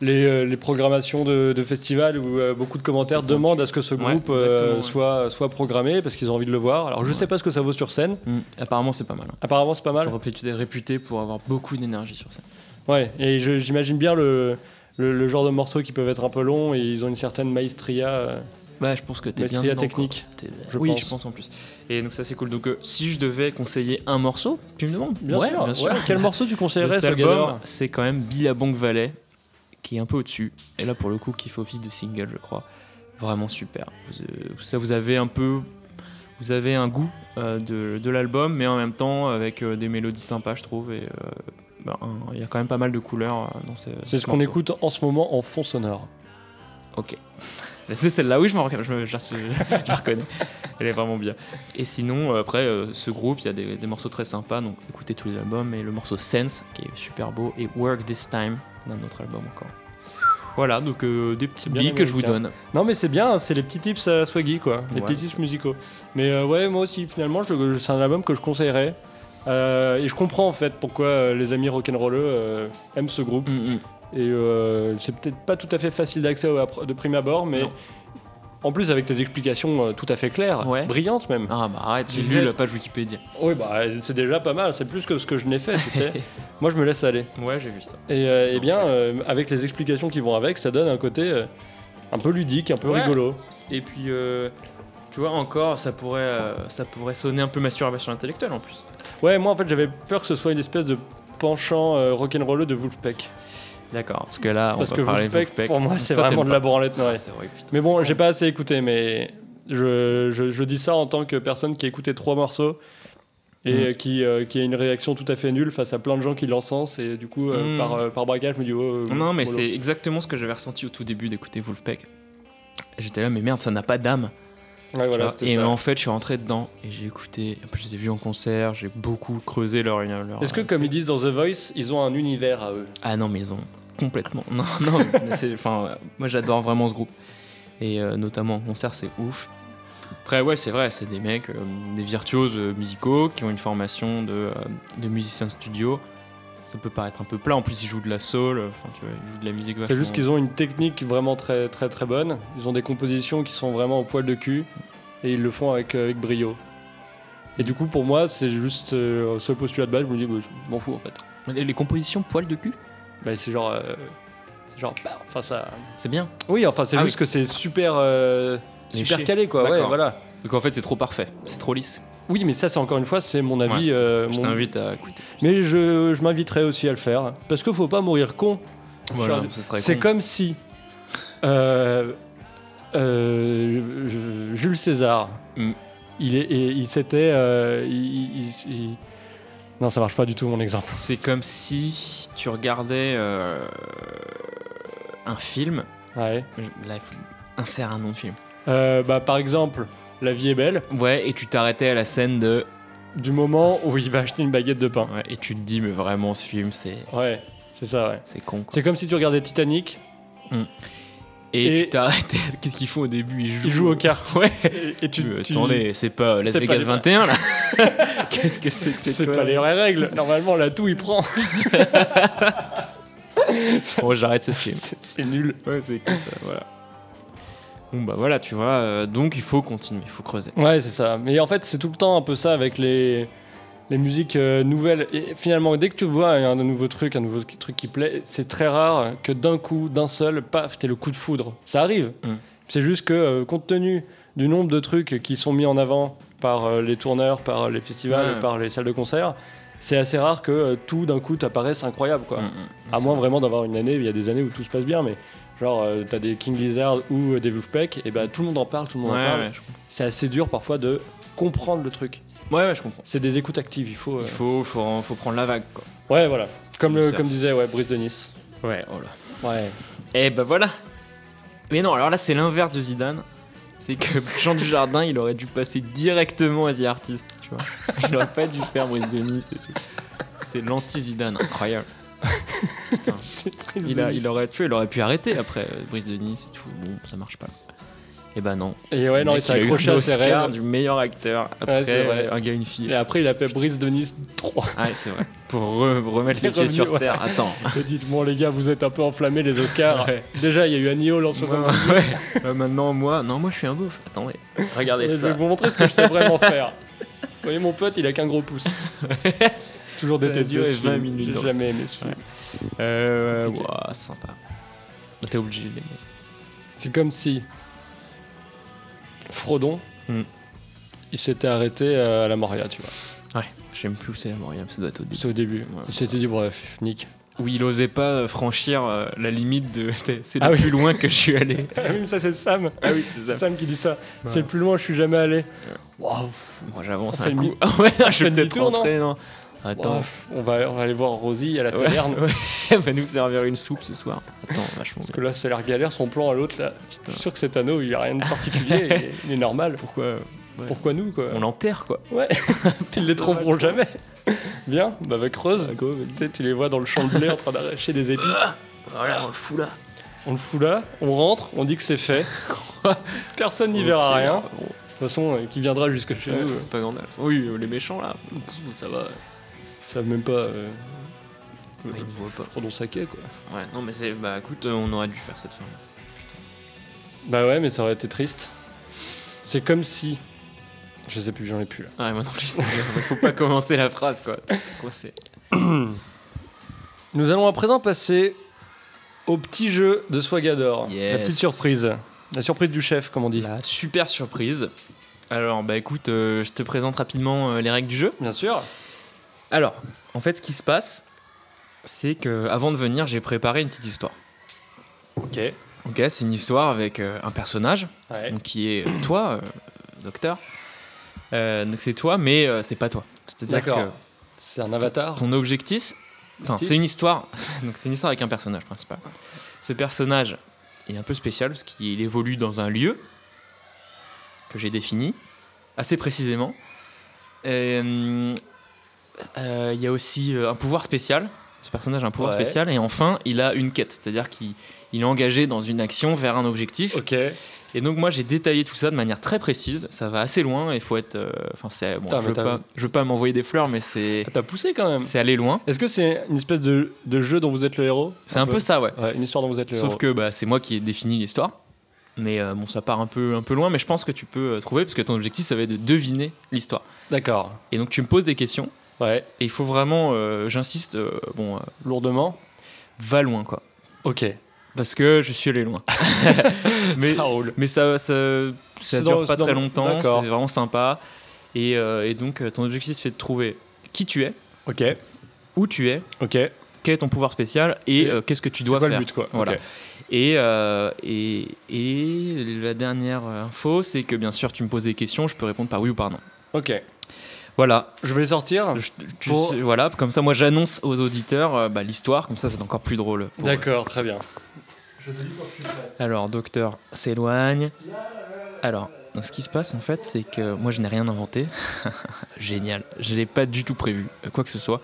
S1: les, euh, les programmations de, de festivals où euh, beaucoup de commentaires demandent à ce que ce
S2: Ouais,
S1: groupe euh,
S2: exactement, ouais.
S1: soit, soit programmé parce qu'ils ont envie de le voir. Alors je sais pas ce que ça vaut sur scène.
S2: Mm. Apparemment, c'est pas mal. hein.
S1: Apparemment c'est pas
S2: Ils
S1: mal.
S2: sont réputés- réputés pour avoir beaucoup d'énergie sur scène.
S1: Ouais, et je- j'imagine bien le, le, le genre de morceaux qui peuvent être un peu longs et ils ont une certaine maestria. euh.
S2: Ouais, Bah, je pense que t'es bien
S1: Maestria
S2: dedans,
S1: technique,
S2: quoi. T'es-
S1: je
S2: oui,
S1: pense.
S2: je pense en plus. Et donc ça c'est cool. Donc euh, si je devais conseiller un morceau, tu me demandes
S1: Bien,
S2: Ouais,
S1: sûr,
S2: bien
S1: ouais. Quel morceau tu
S2: De
S1: conseillerais
S2: Cet
S1: sur
S2: album,
S1: Gather
S2: c'est quand même Billabong Valley, qui est un peu au-dessus. Et là pour le coup, qui fait office de single, je crois. Vraiment super. Vous, euh, ça vous avez un peu, vous avez un goût euh, de, de l'album, mais en même temps avec euh, des mélodies sympas, je trouve. Et euh, ben, un- il y a quand même pas mal de couleurs euh, dans ces.
S1: C'est ce qu'on
S2: morceaux.
S1: écoute en ce moment en fond sonore.
S2: C'est celle-là, oui, je, m'en reconnais- je, me- je la- je la reconnais. Elle est vraiment bien. Et sinon, euh, après, euh, ce groupe, il y a des, des morceaux très sympas. Donc, écoutez tous les albums. Et le morceau Sense, qui est super beau. Et Work This Time, d'un autre album encore. Voilà, donc euh, des petits
S1: Bien
S2: billes que je vous
S1: américain.
S2: donne.
S1: Non, mais c'est bien, hein, c'est les petits tips à Swaggy, quoi. Les
S2: Ouais,
S1: petits
S2: bien
S1: tips musicaux. Mais euh, ouais, moi aussi, finalement, je, je- c'est un album que je conseillerais. Euh, et je comprends en fait pourquoi euh, les amis rock'n'rolleux euh, aiment ce groupe.
S2: Mm, mm.
S1: Et euh, c'est peut-être pas tout à fait facile d'accès au- de prime abord, mais
S2: Non.
S1: en plus avec tes explications euh, tout à fait claires,
S2: Ouais.
S1: brillantes même.
S2: Ah bah arrête, j'ai
S1: Je
S2: lu
S1: vais
S2: la page Wikipédia.
S1: Oui, bah, c'est déjà pas mal, c'est plus que ce que je n'ai fait, tu sais. Moi, je me laisse aller.
S2: Ouais, j'ai vu ça.
S1: Et, euh, eh
S2: Non,
S1: bien,
S2: je
S1: euh, avec les explications qui vont avec, ça donne un côté euh, un peu ludique, un peu
S2: Ouais.
S1: rigolo.
S2: Et puis, euh, tu vois, encore, ça pourrait, euh, ça pourrait sonner un peu masturbation intellectuelle en plus.
S1: Ouais, moi, en fait, j'avais peur que ce soit une espèce de penchant euh, rock'n'rolleux de Wolfpack.
S2: D'accord, parce que là, Ah, on
S1: Parce
S2: va
S1: que
S2: parler
S1: Wolfpack, pour moi, c'est
S2: Toi,
S1: vraiment
S2: t'aimes
S1: de la
S2: pas.
S1: branlette. ouais.
S2: Ah, C'est vrai, putain,
S1: Mais bon,
S2: c'est
S1: j'ai pas assez écouté, mais je, je- je dis ça en tant que personne qui a écouté trois morceaux et
S2: Mhm.
S1: euh, qui, euh, qui a une réaction tout à fait nulle face à plein de gens qui l'encensent. Et du coup, euh,
S2: Mhm.
S1: par, euh, par braquage, je me dis... oh, euh,
S2: Non, mais
S1: mollo.
S2: c'est exactement ce que j'avais ressenti au tout début d'écouter Wolfpack. J'étais là, mais merde, ça n'a pas d'âme.
S1: oh. Ouais,
S2: tu
S1: voilà,
S2: vois.
S1: c'était
S2: et
S1: ça.
S2: en fait, je suis rentré dedans et j'ai écouté. en plus, Je les ai vus en concert, j'ai beaucoup creusé leur. leur-
S1: Est-ce que, comme ils disent dans The Voice, ils ont un univers à eux
S2: Ah non, mais ils ont complètement. Non, non, mais c'est- enfin, ouais. moi j'adore vraiment ce groupe. Et euh, notamment en concert, c'est ouf. Après, ouais, c'est vrai, c'est des mecs, euh, des virtuoses euh, musicaux qui ont une formation de, euh, de musicien studio. Ça peut paraître un peu plat, en plus ils jouent de la soul, euh, enfin tu vois, ils jouent de la musique
S1: C'est juste
S2: vachement-
S1: qu'ils ont une technique vraiment très très très bonne. Ils ont des compositions qui sont vraiment au poil de cul et ils le font avec, euh, avec brio. Et du coup, pour moi, c'est juste euh, ce postulat de base. Je me dis, bah, je m'en fous en fait.
S2: Les, les compositions poil de cul,
S1: Bah, c'est genre. euh, c'est genre. bah, enfin, ça.
S2: c'est bien.
S1: Oui, enfin, c'est
S2: Ah
S1: juste que c'est super. euh, super
S2: Léché.
S1: calé quoi. Ouais,
S2: D'accord.
S1: voilà.
S2: Donc en fait c'est trop parfait, c'est trop lisse.
S1: Oui, mais ça, c'est encore une fois, c'est mon avis. euh,
S2: Je
S1: mon-
S2: t'invite à écouter.
S1: Mais je, je m'inviterai aussi à le faire. Parce que faut pas mourir con.
S2: Voilà,
S1: Genre,
S2: ça serait
S1: C'est
S2: con.
S1: comme si euh, euh, je- je- Jules César,
S2: Mm.
S1: il, est, et il s'était, euh, il- il- il- non, ça marche pas du tout mon exemple.
S2: C'est comme si tu regardais euh, un film.
S1: Ouais.
S2: Je- Là, il faut- insère un nom de film.
S1: Euh, bah, par exemple, La vie est belle.
S2: Ouais, et tu t'arrêtais à la scène de.
S1: Du moment où il va acheter une baguette de pain.
S2: Ouais, et tu te dis, mais vraiment, ce film, c'est,
S1: Ouais, c'est ça. Ouais.
S2: c'est con. Quoi.
S1: C'est comme si tu regardais Titanic.
S2: Et,
S1: et-
S2: tu t'arrêtais. Qu'est-ce qu'ils font au début Ils jouent,
S1: Il joue aux cartes.
S2: Ouais.
S1: Et, et tu,
S2: Mais
S1: tu-
S2: Attendez, c'est pas Las
S1: C'est pas
S2: Vegas
S1: les-
S2: 21 là Qu'est-ce que c'est que
S1: C'est
S2: quoi,
S1: pas
S2: là
S1: les vraies règles. Normalement, là, tout il prend.
S2: Bon, j'arrête ce film.
S1: c'est c'est nul.
S2: Ouais, c'est comme ça, voilà. Bon, bah voilà, tu vois, euh, donc il faut continuer, il faut creuser.
S1: Ouais, c'est ça. Mais en fait, c'est tout le temps un peu ça avec les, les musiques euh, nouvelles. Et finalement, dès que tu vois un nouveau truc, un nouveau truc qui plaît, c'est très rare que d'un coup, d'un seul, paf, t'es le coup de foudre. Ça arrive.
S2: Mm.
S1: C'est juste que, euh, compte tenu du nombre de trucs qui sont mis en avant par euh, les tourneurs, par les festivals,
S2: Ouais.
S1: par les salles de concert, c'est assez rare que euh, tout d'un coup t'apparaisse incroyable, quoi.
S2: Mm, mm.
S1: À moins vraiment d'avoir une année, il y a des années où tout se passe bien, mais genre euh, t'as des King Lizard ou euh, des Wolfpack, et bah tout le monde en parle, tout le
S2: Ouais,
S1: monde en parle
S2: ouais, je
S1: c'est assez dur parfois de comprendre le truc.
S2: comprends. Ouais, ouais, je comprends.
S1: C'est des écoutes actives, il faut. euh,
S2: Il faut, faut, faut prendre la vague, quoi.
S1: Ouais, voilà. Comme,
S2: Du
S1: le,
S2: surf.
S1: comme disait ouais, Brice de Nice.
S2: Ouais, oh là.
S1: Ouais.
S2: Eh bah voilà Mais non, alors là, c'est l'inverse de Zidane. C'est que Jean Dujardin, il aurait dû passer directement à The Artist, tu vois. Il aurait pas dû faire Brice de Nice et tout. C'est l'anti-Zidane, incroyable. Il, a- il aurait tué, il aurait pu arrêter après euh, Brice de Nice et tout. Bon, ça marche pas. Et bah non.
S1: Et ouais,
S2: Le
S1: non, il
S2: mec,
S1: s'est
S2: a eu
S1: accroché à ses
S2: l'Oscar
S1: rêves.
S2: du meilleur acteur après euh,
S1: Ouais, c'est vrai.
S2: un gars une fille.
S1: Et après, il a fait Brice de Nice 3.
S2: Ah, c'est vrai. Pour re- remettre
S1: Il est
S2: les pieds
S1: revenu,
S2: sur
S1: ouais.
S2: terre. Attends.
S1: Et dites, bon, les gars, vous êtes un peu enflammés, les Oscars.
S2: Ouais.
S1: Déjà, il y a eu Annie Hall en
S2: Moi,
S1: 70.
S2: ouais. Ouais, Euh, maintenant, moi, non, moi je suis un beauf. Attendez, regardez
S1: Je vais
S2: ça.
S1: vous montrer ce que je sais vraiment faire. Vous voyez, mon pote, il a qu'un gros pouce. Toujours
S2: Ça a
S1: détesté.
S2: duré
S1: ce film.
S2: 20 minutes
S1: J'ai
S2: dans-
S1: jamais aimé ce film.
S2: Euh,
S1: Ok.
S2: ouah, sympa. Ah, T'es obligé de l'aimer.
S1: C'est comme si Frodon,
S2: Hmm.
S1: il s'était arrêté euh, à la Moria, tu vois.
S2: Ouais, j'aime plus où c'est la Moria, mais ça doit être au début.
S1: C'est au début.
S2: Ouais.
S1: il s'était dit, bref, nique.
S2: Où il osait pas franchir euh, la limite de. C'est le
S1: Ah oui.
S2: plus loin que je suis allé.
S1: Même ça, c'est Sam.
S2: Ah oui, c'est
S1: C'est Sam qui dit ça. C'est
S2: Ouais.
S1: le plus loin, je suis jamais allé. Waouh, pff,
S2: Moi j'avance
S1: On
S2: un
S1: fait
S2: coup.
S1: demi-
S2: Ah ouais, je
S1: fait
S2: vais peut-être
S1: demi-tour, non
S2: rentrer, non
S1: waouh,
S2: Attends,
S1: pff, on, va, on va aller voir Rosie à la
S2: Ouais,
S1: taverne.
S2: ouais. elle va nous servir une soupe ce soir. Attends, vachement
S1: Parce
S2: bien.
S1: que là, ça a l'air galère, son plan à l'autre, là. Je
S2: Putain,
S1: suis sûr que cet anneau, il n'y a rien de particulier, il est- il est normal.
S2: pourquoi euh, ouais.
S1: Pourquoi nous, quoi
S2: on l'enterre quoi
S1: Ouais, ils les trouveront jamais. Bien, bah avec Rose,
S2: Ah, go, vas-y.
S1: tu sais, tu les vois dans le champ de blé en train d'arracher des épis.
S2: Voilà, on le fout là.
S1: On le fout là, on rentre, on dit que c'est fait. Personne n'y verra rien. De toute façon, euh, qui viendra jusque chez nous euh,
S2: pas Gandalf. Oui, euh, les méchants là.
S1: pff, Ça va. Ils savent même pas. Euh,
S2: Ouais, ils voient Euh, pas.
S1: Frodon Saké, quoi.
S2: Ouais, non mais c'est. Bah écoute, euh, on aurait dû faire cette fin là.
S1: Bah ouais, mais ça aurait été triste. C'est comme si. Je sais plus, j'en ai plus là.
S2: Ah, Ouais, moi non plus, c'est bien. Faut pas commencer la phrase quoi. T'es coincé.
S1: Nous allons à présent passer au petit jeu de Swagador.
S2: Yes.
S1: La petite surprise. La surprise du chef, comme on dit.
S2: La super surprise. Alors bah écoute, euh, je te présente rapidement euh, les règles du jeu.
S1: Bien sûr.
S2: Alors, en fait, ce qui se passe, c'est que avant de venir, j'ai préparé une petite histoire.
S1: Ok.
S2: Ok, c'est une histoire avec euh, un personnage
S1: Ouais.
S2: donc, qui est euh, toi, euh, docteur. Euh, donc c'est toi, mais euh, c'est pas toi. C'est-à-dire
S1: D'accord.
S2: que
S1: C'est un avatar.
S2: Ton objectif, enfin,
S1: Objectif
S2: c'est une histoire. Donc c'est une histoire avec un personnage principal. Ce personnage, il est un peu spécial parce qu'il évolue dans un lieu que j'ai défini assez précisément. Et, hum, euh, Il y a aussi euh, un pouvoir spécial. Ce personnage a un pouvoir
S1: Ouais.
S2: spécial et enfin, il a une quête, c'est-à-dire qu'il il est engagé dans une action vers un objectif
S1: Ok. Ah,
S2: Et donc moi j'ai détaillé tout ça de manière très précise. Ça va assez loin et il faut être. euh, Enfin c'est bon,
S1: Putain,
S2: je
S1: mais
S2: veux
S1: t'as-
S2: pas, je veux pas m'envoyer des fleurs, mais c'est
S1: Ah, T'as poussé quand même.
S2: c'est aller loin.
S1: Est-ce que c'est une espèce de, de jeu dont vous êtes le héros
S2: C'est un peu ça, ouais.
S1: Ouais, une histoire dont vous êtes le héros.
S2: Sauf que bah, c'est moi qui ai défini l'histoire. Mais euh, bon, ça part un peu, un peu loin, mais je pense que tu peux euh, trouver, parce que ton objectif, ça va être de deviner l'histoire.
S1: D'accord.
S2: Et donc tu me poses des questions,
S1: Ouais,
S2: et il faut vraiment, euh, j'insiste, euh, bon, euh,
S1: lourdement.
S2: va loin, quoi.
S1: Ok.
S2: Parce que je suis allé loin. mais
S1: ça roule.
S2: mais ça, ça, ça
S1: C'est
S2: dure
S1: dans-
S2: pas
S1: c'est dans-
S2: très longtemps, c'est
S1: d'accord.
S2: vraiment sympa. Et, euh, et donc euh, ton objectif, c'est de trouver qui tu es,
S1: Ok.
S2: où tu es,
S1: Ok. C'est
S2: quel est ton pouvoir spécial, et
S1: Et
S2: euh, qu'est-ce que tu dois
S1: quoi
S2: faire.
S1: le but quoi
S2: Voilà.
S1: Ok.
S2: Et, euh, et, et la dernière info, c'est que bien sûr, tu me poses des questions, je peux répondre par oui ou par non.
S1: ok.
S2: Voilà,
S1: Je vais sortir.
S2: Je- tu
S1: Bon.
S2: sais- voilà, comme ça, moi j'annonce aux auditeurs euh, bah, l'histoire, comme ça, c'est encore plus drôle. pour eux.
S1: D'accord, très bien.
S2: Alors, docteur s'éloigne. Alors, donc, ce qui se passe en fait, c'est que moi je n'ai rien inventé. Génial, je l'ai pas du tout prévu, euh, quoi que ce soit.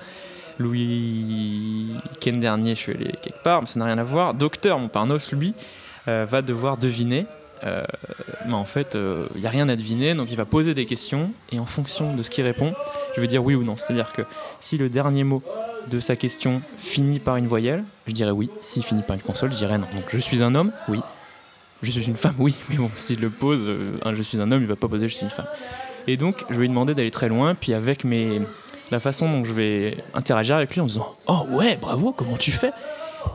S2: Louis, week-end dernier, je suis allé quelque part, mais ça n'a rien à voir. Docteur Montparnasse, lui, euh, va devoir deviner. Euh, mais en fait, il n'y a rien à deviner, donc il va poser des questions, et en fonction de ce qu'il répond, je vais dire oui ou non. C'est-à-dire que si le dernier mot de sa question finit par une voyelle, je dirais oui. S'il finit par une console, je dirais non. Donc je suis un homme, oui. Je suis une femme, oui. Mais bon, s'il le pose, euh, un je suis un homme, il va pas poser je suis une femme. Et donc, je vais lui demander d'aller très loin, puis avec mes... la façon dont je vais interagir avec lui en disant Oh ouais, bravo, comment tu fais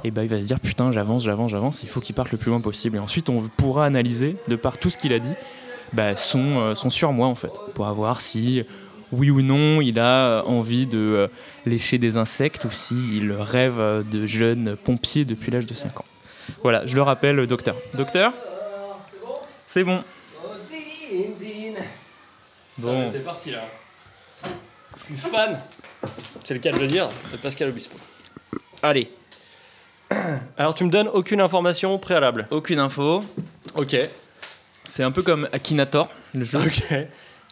S2: Et ben il va se dire Putain, j'avance, j'avance, j'avance, il faut qu'il parte le plus loin possible. Et ensuite, on pourra analyser, de par tout ce qu'il a dit, bah, son, euh, son surmoi en fait, pour voir si. Oui ou non, il a euh, envie de euh, lécher des insectes ou s'il rêve euh, de jeune pompier depuis l'âge de 5 ans. Voilà, je le rappelle, euh, docteur. Docteur C'est bon. Bon,
S1: T'es parti là. Je suis fan. C'est le cas de le dire de Pascal Obispo.
S2: allez,
S1: Alors tu me donnes aucune information préalable.
S2: aucune info.
S1: Ok.
S2: C'est un peu comme Akinator, le jeu.
S1: Ok.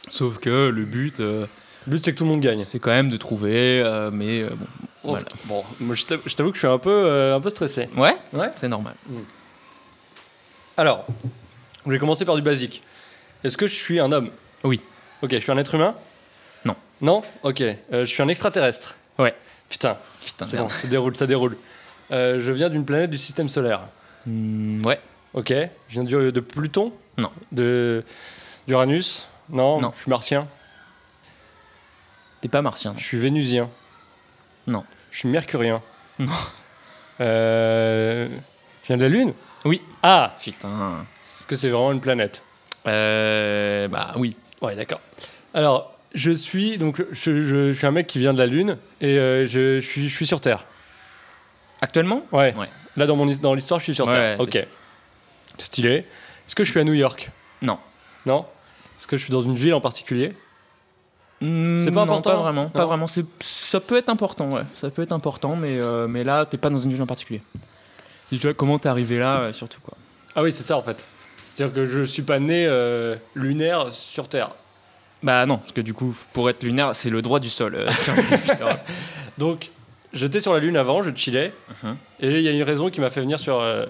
S2: Sauf que le but, euh,
S1: Le but c'est que tout le monde gagne.
S2: c'est quand même de trouver, euh, mais euh, bon.
S1: Oh,
S2: Voilà.
S1: putain. Bon, moi, je t'avoue je t'avoue que je suis un peu, euh, un peu stressé.
S2: Ouais
S1: Ouais.
S2: C'est normal.
S1: Alors, je vais commencer par du basique. Est-ce que je suis un homme
S2: Oui.
S1: Ok, je suis un être humain
S2: Non.
S1: Non Ok. Euh, je suis un extraterrestre
S2: Ouais.
S1: Putain,
S2: Putain,
S1: c'est bon,
S2: merde.
S1: ça déroule, ça déroule. Euh, je viens d'une planète du système solaire.
S2: Hmm, ouais.
S1: Ok. Je viens du- de Pluton
S2: Non.
S1: De d'Uranus non,
S2: Non.
S1: Je suis martien.
S2: T'es pas martien.
S1: Je suis vénusien.
S2: Non.
S1: Je suis mercurien.
S2: Non.
S1: Euh, je viens de la Lune
S2: Oui.
S1: Ah
S2: Putain.
S1: Parce que c'est vraiment une planète.
S2: Euh, bah oui.
S1: Ouais, d'accord. Alors, je suis donc je, je- je suis un mec qui vient de la Lune et euh, je, je suis, je suis sur Terre.
S2: Actuellement
S1: Ouais.
S2: Ouais.
S1: Là, dans mon his- dans l'histoire, je suis sur
S2: Ouais,
S1: Terre.
S2: ouais,
S1: ok. Stylé. Est-ce que je suis à New York
S2: Non.
S1: Non. Est-ce que je suis dans une ville en particulier
S2: Hmm,
S1: C'est pas
S2: non,
S1: important
S2: Pas vraiment. Pas
S1: Non.
S2: vraiment. C'est- Ça peut être important, ouais. Ça peut être important, mais, euh, mais là, t'es pas dans une ville en particulier. Et tu vois comment t'es arrivé là, euh, surtout quoi.
S1: Ah oui, c'est ça en fait. C'est-à-dire que je suis pas né euh, lunaire sur Terre.
S2: Bah non, parce que du coup, pour être lunaire, c'est le droit du sol. euh, sur-
S1: Donc, j'étais sur la Lune avant, je chillais,
S2: Mhm.
S1: et il y a une raison qui m'a fait venir sur, euh,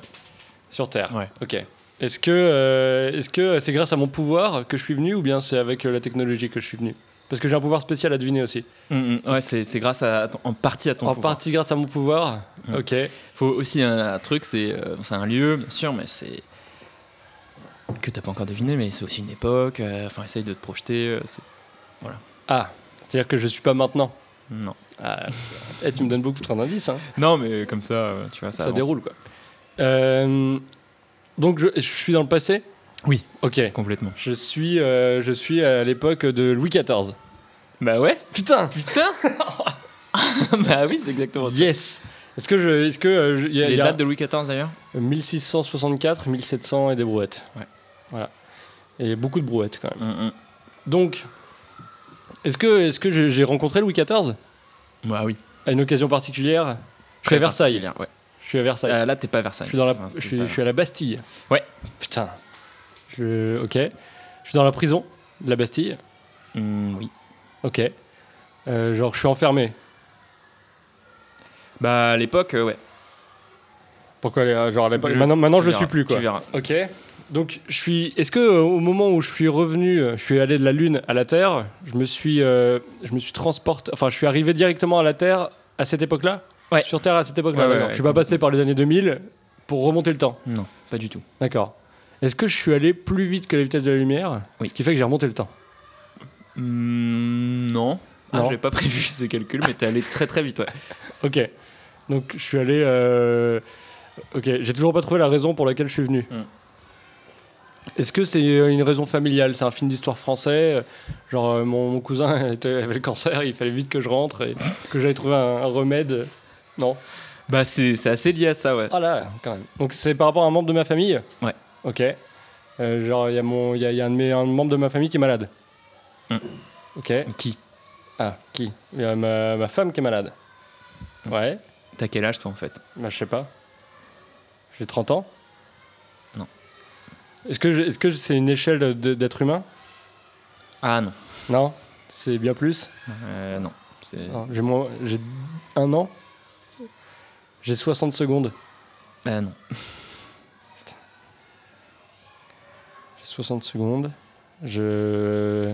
S1: sur Terre.
S2: Ouais.
S1: Ok. Est-ce que euh, est-ce que c'est grâce à mon pouvoir que je suis venu, ou bien c'est avec euh, la technologie que je suis venu Parce que j'ai un pouvoir spécial à deviner aussi.
S2: Mm, mm, ouais, c'est c'est grâce à, à ton- en partie à ton
S1: en
S2: pouvoir.
S1: partie grâce à mon pouvoir.
S2: Mhm.
S1: Ok.
S2: Faut aussi un, un truc, c'est euh, c'est un lieu, bien sûr, mais c'est que t'as pas encore deviné, mais c'est aussi une époque. euh, Enfin, essaye de te projeter. euh, c'est-
S1: Ah, c'est-à-dire que je suis pas maintenant.
S2: non.
S1: Ah, eh, tu me donnes beaucoup trop d'indices. hein.
S2: Non, mais comme ça, euh, tu vois, ça,
S1: Ça,
S2: avance.
S1: déroule quoi. Euh, donc je, je suis dans le passé.
S2: Oui.
S1: Ok.
S2: complètement.
S1: Je suis euh, je suis à l'époque de Louis XIV.
S2: Bah ouais.
S1: Putain.
S2: Putain. bah oui, c'est exactement. ça.
S1: Yes. Est-ce que je est-ce que euh, je- il y a,
S2: Les
S1: il y a
S2: dates de Louis XIV d'ailleurs.
S1: 1664, 1700 et des brouettes.
S2: Ouais.
S1: Voilà. Et beaucoup de brouettes quand même.
S2: Hum,
S1: Donc est-ce que est-ce que je- j'ai rencontré Louis XIV
S2: Bah oui.
S1: à une occasion particulière Je suis à Versailles.
S2: particulière, ouais.
S1: Je suis à Versailles.
S2: Euh, là, t'es pas à Versailles.
S1: Je suis, dans la,
S2: Enfin,
S1: je,
S2: t'es
S1: suis,
S2: pas-
S1: je suis à la Bastille.
S2: Ouais.
S1: Putain. Je, ok. Je suis dans la prison de la Bastille.
S2: Hmm, oui.
S1: Ok. Euh, genre, je suis enfermé.
S2: Bah à l'époque, euh, ouais.
S1: Pourquoi les- Genre, à l'époque-
S2: Je-
S1: maintenant, maintenant
S2: tu
S1: je le
S2: verras,
S1: suis plus, quoi.
S2: Tu verras.
S1: Ok. Donc, je suis. Est-ce que euh, au moment où je suis revenu, euh, je suis allé de la Lune à la Terre, je me suis, euh, je me suis transporté. Enfin, je suis arrivé directement à la Terre à cette époque-là.
S2: Ouais.
S1: Sur Terre à cette époque-là.
S2: Ouais, ouais,
S1: d'accord.
S2: ouais,
S1: je suis pas passé par les années 2000 pour remonter le temps.
S2: Non, pas du tout.
S1: D'accord. Est-ce que je suis allé plus vite que la vitesse de la lumière
S2: Oui.
S1: Ce qui fait que j'ai remonté le temps.
S2: Hmm, non. Ah,
S1: Non.
S2: J'avais pas prévu ce calcul, mais t'es allé très très vite, ouais.
S1: Ok. Donc, je suis allé. euh, Ok. J'ai toujours pas trouvé la raison pour laquelle je suis venu.
S2: Hmm.
S1: Est-ce que c'est euh, une raison familiale C'est un film d'histoire français. euh, Genre, euh, mon, mon cousin était- avait le cancer, il fallait vite que je rentre et que j'aille trouver un, un remède. Non.
S2: Bah, c'est c'est assez lié à ça, ouais.
S1: Ah là, quand même. Donc, c'est par rapport à un membre de ma famille
S2: Ouais.
S1: Ok. Euh, genre, il y a, mon, il y a- il y a un, de mes- un membre de ma famille qui est malade.
S2: Hmm.
S1: Ok.
S2: Qui
S1: Ah, qui Il y a ma, ma femme qui est malade. Ouais,
S2: T'as quel âge, toi, en fait
S1: bah, je sais pas. J'ai 30 ans
S2: Non.
S1: Est-ce que je- est-ce que c'est une échelle de- d'être humain
S2: Ah non.
S1: Non, c'est bien plus.
S2: Euh, non. C'est-
S1: Non, J'ai moins- j'ai un an. J'ai 60 secondes.
S2: Ah non.
S1: J'ai 60 secondes. Je.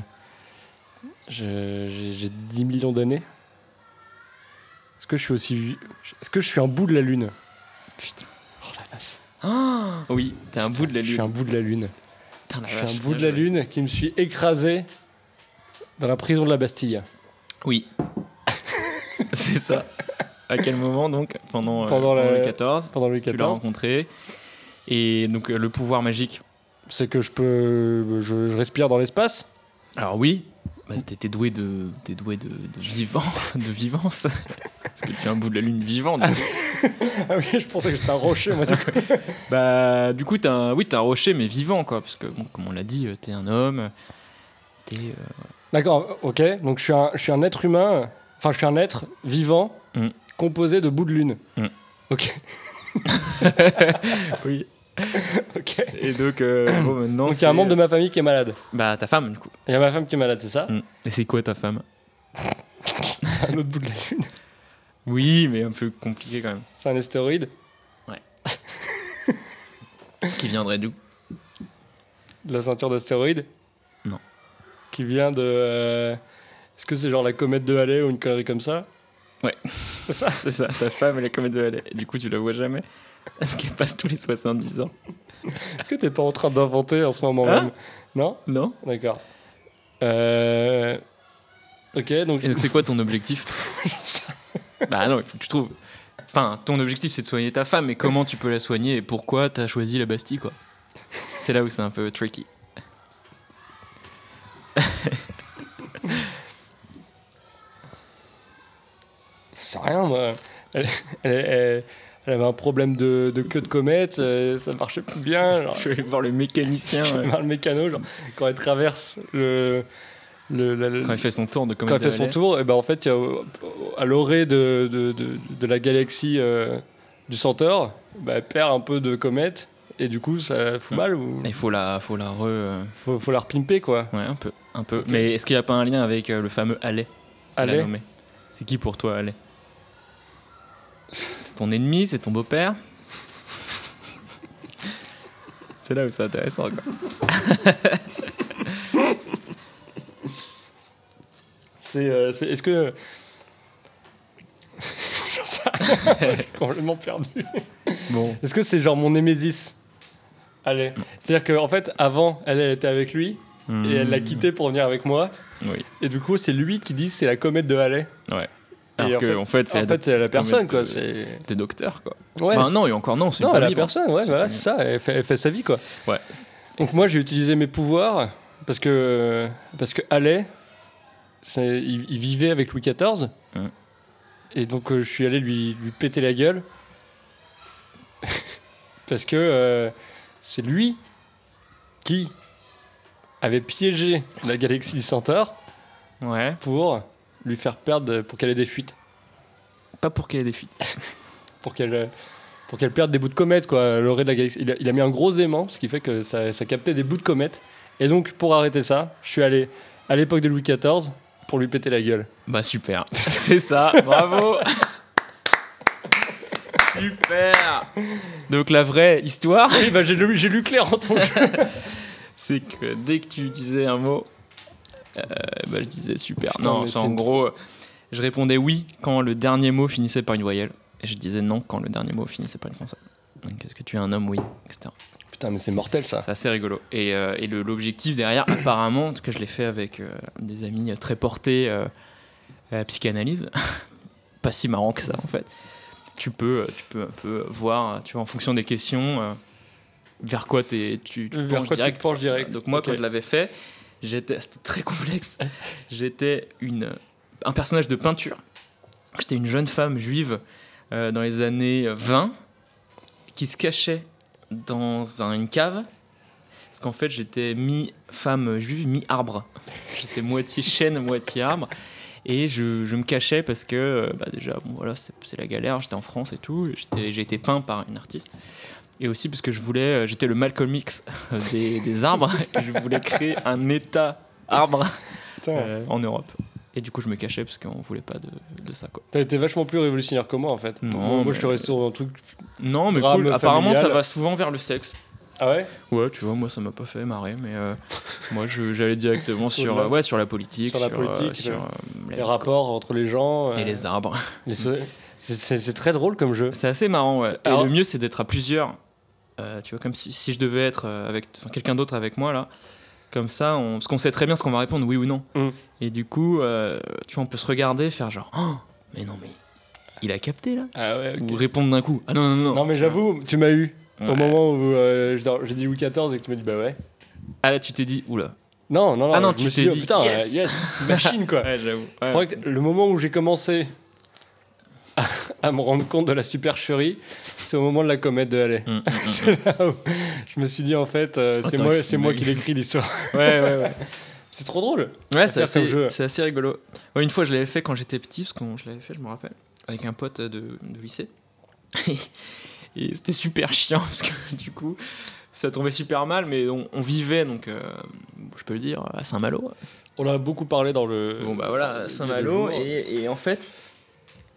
S1: je- J'ai j'ai 10 millions d'années. Est-ce que je suis aussi. vieux- Est-ce que je suis un bout de la Lune Putain. Oh la vache.
S2: Oh Oui, t'es un bout de la
S1: Je suis un
S2: lune.
S1: bout de la Lune.
S2: Putain, la
S1: Je suis
S2: vache,
S1: un bout
S2: bien
S1: de la
S2: joué.
S1: lune qui me suis écrasé dans la prison de la Bastille
S2: Oui. c'est ça. À quel moment, donc Pendant, euh,
S1: Pendant la-
S2: pendant le 14
S1: pendant Louis
S2: Tu l'as
S1: XIV.
S2: rencontré. Et donc, euh, le pouvoir magique.
S1: C'est que je peux, je, je respire dans l'espace.
S2: Alors, oui. Bah, t'es t'es doué de, t'es doué de, de vivant, de vivance. Parce que tu es un bout de la lune vivant. du coup.
S1: Ah oui, je pensais que j'étais un rocher. Moi, du coup.
S2: Bah, du coup, t'es un, oui, t'es un rocher, mais vivant, quoi. Parce que, bon, comme on l'a dit, euh, t'es un homme. T'es. euh,
S1: D'accord, ok. Donc je suis un, je suis un être humain. Enfin, je suis un être vivant
S2: Mm.
S1: composé de bouts de lune.
S2: Mm.
S1: Ok. oui. Ok.
S2: Et donc, euh, bon, maintenant.
S1: Donc il y a un membre de ma famille qui est malade.
S2: Bah, ta femme, du coup.
S1: Il y a ma femme qui est malade, c'est ça
S2: Et c'est quoi ta femme
S1: C'est un autre bout de la lune.
S2: Oui, mais un peu compliqué quand même.
S1: C'est un astéroïde
S2: Qui viendrait d'où
S1: de la ceinture d'astéroïdes
S2: Non.
S1: Qui vient de. euh, Est-ce que c'est genre la comète de Halley ou une connerie comme ça
S2: C'est ça, c'est ça. Ta femme, elle est comme de Halley. Et Du coup, tu la vois jamais. Parce qu'elle passe tous les 70 ans.
S1: Est-ce que t'es pas en train d'inventer en ce moment
S2: Hein
S1: même Non
S2: Non
S1: D'accord. Euh... Ok, donc.
S2: Et donc, c'est quoi ton objectif Bah, non, il faut que tu trouves. Enfin, ton objectif, c'est de soigner ta femme, mais comment tu peux la soigner et pourquoi t'as choisi la Bastille, quoi C'est là où c'est un peu tricky.
S1: C'est rien, moi. Elle, elle- elle- elle avait un problème de, de queue de comète, euh, ça marchait plus bien. Genre,
S2: Je vais aller voir le mécanicien.
S1: elle
S2: ouais.
S1: marre le mécano, genre, quand elle traverse le. le- la- la-
S2: Quand il fait son tour de
S1: quand
S2: comédie.
S1: elle fait son tour, et ben en fait, il y a, au- au- à l'orée de, de, de- de la galaxie euh, du Centaure, bah, elle perd un peu de comète, et du coup, ça fout mal ou
S2: Il faut la, faut la re. euh,
S1: faut, faut la repimper quoi.
S2: Ouais, un peu. Un peu. Mais est-ce qu'il n'y a pas un lien avec euh, le fameux Allais
S1: Allez,
S2: Allais C'est qui pour toi, Allais C'est ton ennemi C'est ton beau-père C'est là où c'est intéressant, quoi.
S1: c'est euh, c'est- est-ce que J'en sais rien, je suis complètement perdu.
S2: Bon.
S1: Est-ce que c'est genre mon némésis Allez, c'est-à-dire qu'en en fait, avant, elle, elle était avec lui et elle l'a quitté pour venir avec moi,
S2: Hmm, Oui.
S1: et du coup, c'est lui qui dit c'est la comète de Halley. Et
S2: Alors
S1: en
S2: que,
S1: fait-
S2: en fait, c'est
S1: En
S2: la
S1: fait, c'est la personne
S2: comète
S1: quoi.
S2: de-
S1: c'est-
S2: des docteurs, quoi.
S1: Ouais,
S2: Enfin, Bah, non, et encore non, c'est une
S1: Non, elle a
S2: famille. bon.
S1: personne, ouais,
S2: C'est
S1: voilà,
S2: une
S1: c'est ça, elle fait, elle fait sa vie, quoi.
S2: Ouais.
S1: Donc moi, j'ai utilisé mes pouvoirs parce que, parce que Allais, c'est- il, il vivait avec Louis XIV,
S2: Mhm.
S1: et donc euh, je suis allé lui, lui péter la gueule parce que euh, c'est lui qui avait piégé la galaxie du Centaure
S2: Ouais.
S1: pour lui faire perdre, pour qu'elle ait des fuites,
S2: Pas pour qu'il y ait des fuites.
S1: pour qu'elle... Pour qu'elle perde des bouts de comète, quoi. à l'orée de la galaxie. Il a, il a mis un gros aimant, ce qui fait que ça, ça captait des bouts de comète. Et donc, pour arrêter ça, je suis allé à l'époque de Louis XIV pour lui péter la gueule.
S2: Bah, super. c'est ça. Bravo. Super Donc la vraie histoire,
S1: Oui, bah, j'ai lu, j'ai lu clair en ton jeu.
S2: c'est que dès que tu disais un mot, euh, bah, je disais super.
S1: Putain,
S2: non,
S1: mais
S2: c'est en
S1: c'est-
S2: gros, euh, je répondais oui quand le dernier mot finissait par une voyelle, et je disais non quand le dernier mot finissait par une consonne. Donc est-ce que tu es un homme Oui, etc.
S1: Putain, mais c'est mortel ça.
S2: C'est assez rigolo. Et, euh, et le- l'objectif derrière, apparemment, en tout cas je l'ai fait avec euh, des amis euh, très portés euh, à la psychanalyse, pas si marrant que ça en fait. Tu peux, euh, tu peux un peu voir, euh, tu vois, en fonction des questions, euh, vers quoi t'es- tu, tu
S1: Vers
S2: penches
S1: quoi tu
S2: direct.
S1: te penches direct
S2: Donc moi,
S1: Ok.
S2: quand je l'avais fait, j'étais, c'était très complexe. J'étais une, un personnage de peinture. J'étais une jeune femme juive euh, dans les années 20 qui se cachait dans un- une cave. Parce qu'en fait, j'étais mi-femme juive, mi-arbre. J'étais moitié chêne, moitié arbre. Et je, je me cachais parce que, euh, bah déjà, bon, voilà, c'est, c'est la galère. J'étais en France et tout. J'étais, j'ai été peint par une artiste. Et aussi parce que je voulais, euh, j'étais le Malcolm X des, des arbres. Et je voulais créer un état arbre
S1: Putain,
S2: euh, en Europe. Et du coup, je me cachais parce qu'on voulait pas de, de ça, quoi.
S1: t'as été vachement plus révolutionnaire que moi en fait.
S2: Non,
S1: moi, moi, je te
S2: mais-
S1: reste sur un truc.
S2: Non, mais
S1: Drame
S2: cool. Apparemment, ça
S1: familial.
S2: va souvent vers le sexe.
S1: Ah ouais
S2: Ouais, tu vois, moi, ça m'a pas fait marrer, mais euh, moi, je- j'allais directement sur,
S1: Au-delà.
S2: euh, ouais, sur la politique,
S1: Sur la
S2: euh,
S1: politique,
S2: sur,
S1: ouais.
S2: euh, la
S1: Les
S2: vie,
S1: rapports entre les gens.
S2: quoi.
S1: euh,
S2: et les arbres.
S1: les so- c'est- C'est c'est très drôle comme jeu.
S2: C'est assez marrant, ouais. Et
S1: Alors-
S2: le mieux, c'est d'être à plusieurs. Euh, tu vois, comme si, si je devais être euh, avec enfin, quelqu'un d'autre avec moi, là. Comme ça, on, parce qu'on sait très bien ce qu'on va répondre, oui ou non.
S1: Mm.
S2: Et du coup, euh, tu vois, on peut se regarder, faire genre, oh, mais non, mais il a capté, là.
S1: Ah ouais,
S2: Ou répondre d'un coup, ah non, non, non.
S1: Non, mais j'avoue, tu m'as eu. Au
S2: Ouais.
S1: moment où euh, je dors- j'ai dit Louis XIV et que tu m'as dit bah ouais.
S2: Ah là, tu t'es dit, oula.
S1: Non, non, non.
S2: Ah non,
S1: je
S2: tu
S1: me suis
S2: t'es
S1: oh,
S2: dit,
S1: putain,
S2: yes.
S1: euh, yes, machine quoi.
S2: Ouais, j'avoue.
S1: Je
S2: Ouais.
S1: crois que le moment où j'ai commencé à- à me rendre compte de la supercherie, c'est au moment de la comète de Halley.
S2: Mm, mm, mm.
S1: C'est là où je me suis dit en fait, euh, c'est
S2: Attends,
S1: moi,
S2: il se
S1: c'est moi
S2: bugue.
S1: qui l'écris l'histoire.
S2: ouais, ouais, ouais.
S1: C'est trop drôle.
S2: Ouais, c'est
S1: faire comme
S2: assez,
S1: jeu.
S2: c'est assez rigolo. Ouais, une fois, je l'avais fait quand j'étais petit, parce que je l'avais fait, je me rappelle, avec un pote de, de lycée. Et c'était super chiant, parce que du coup, ça tombait super mal, mais on, on vivait, donc, euh, je peux le dire, à Saint-Malo.
S1: On a beaucoup parlé dans le.
S2: Bon, bah voilà,
S1: il y a
S2: à
S1: deux
S2: Saint-Malo,
S1: jours.
S2: et, et en fait,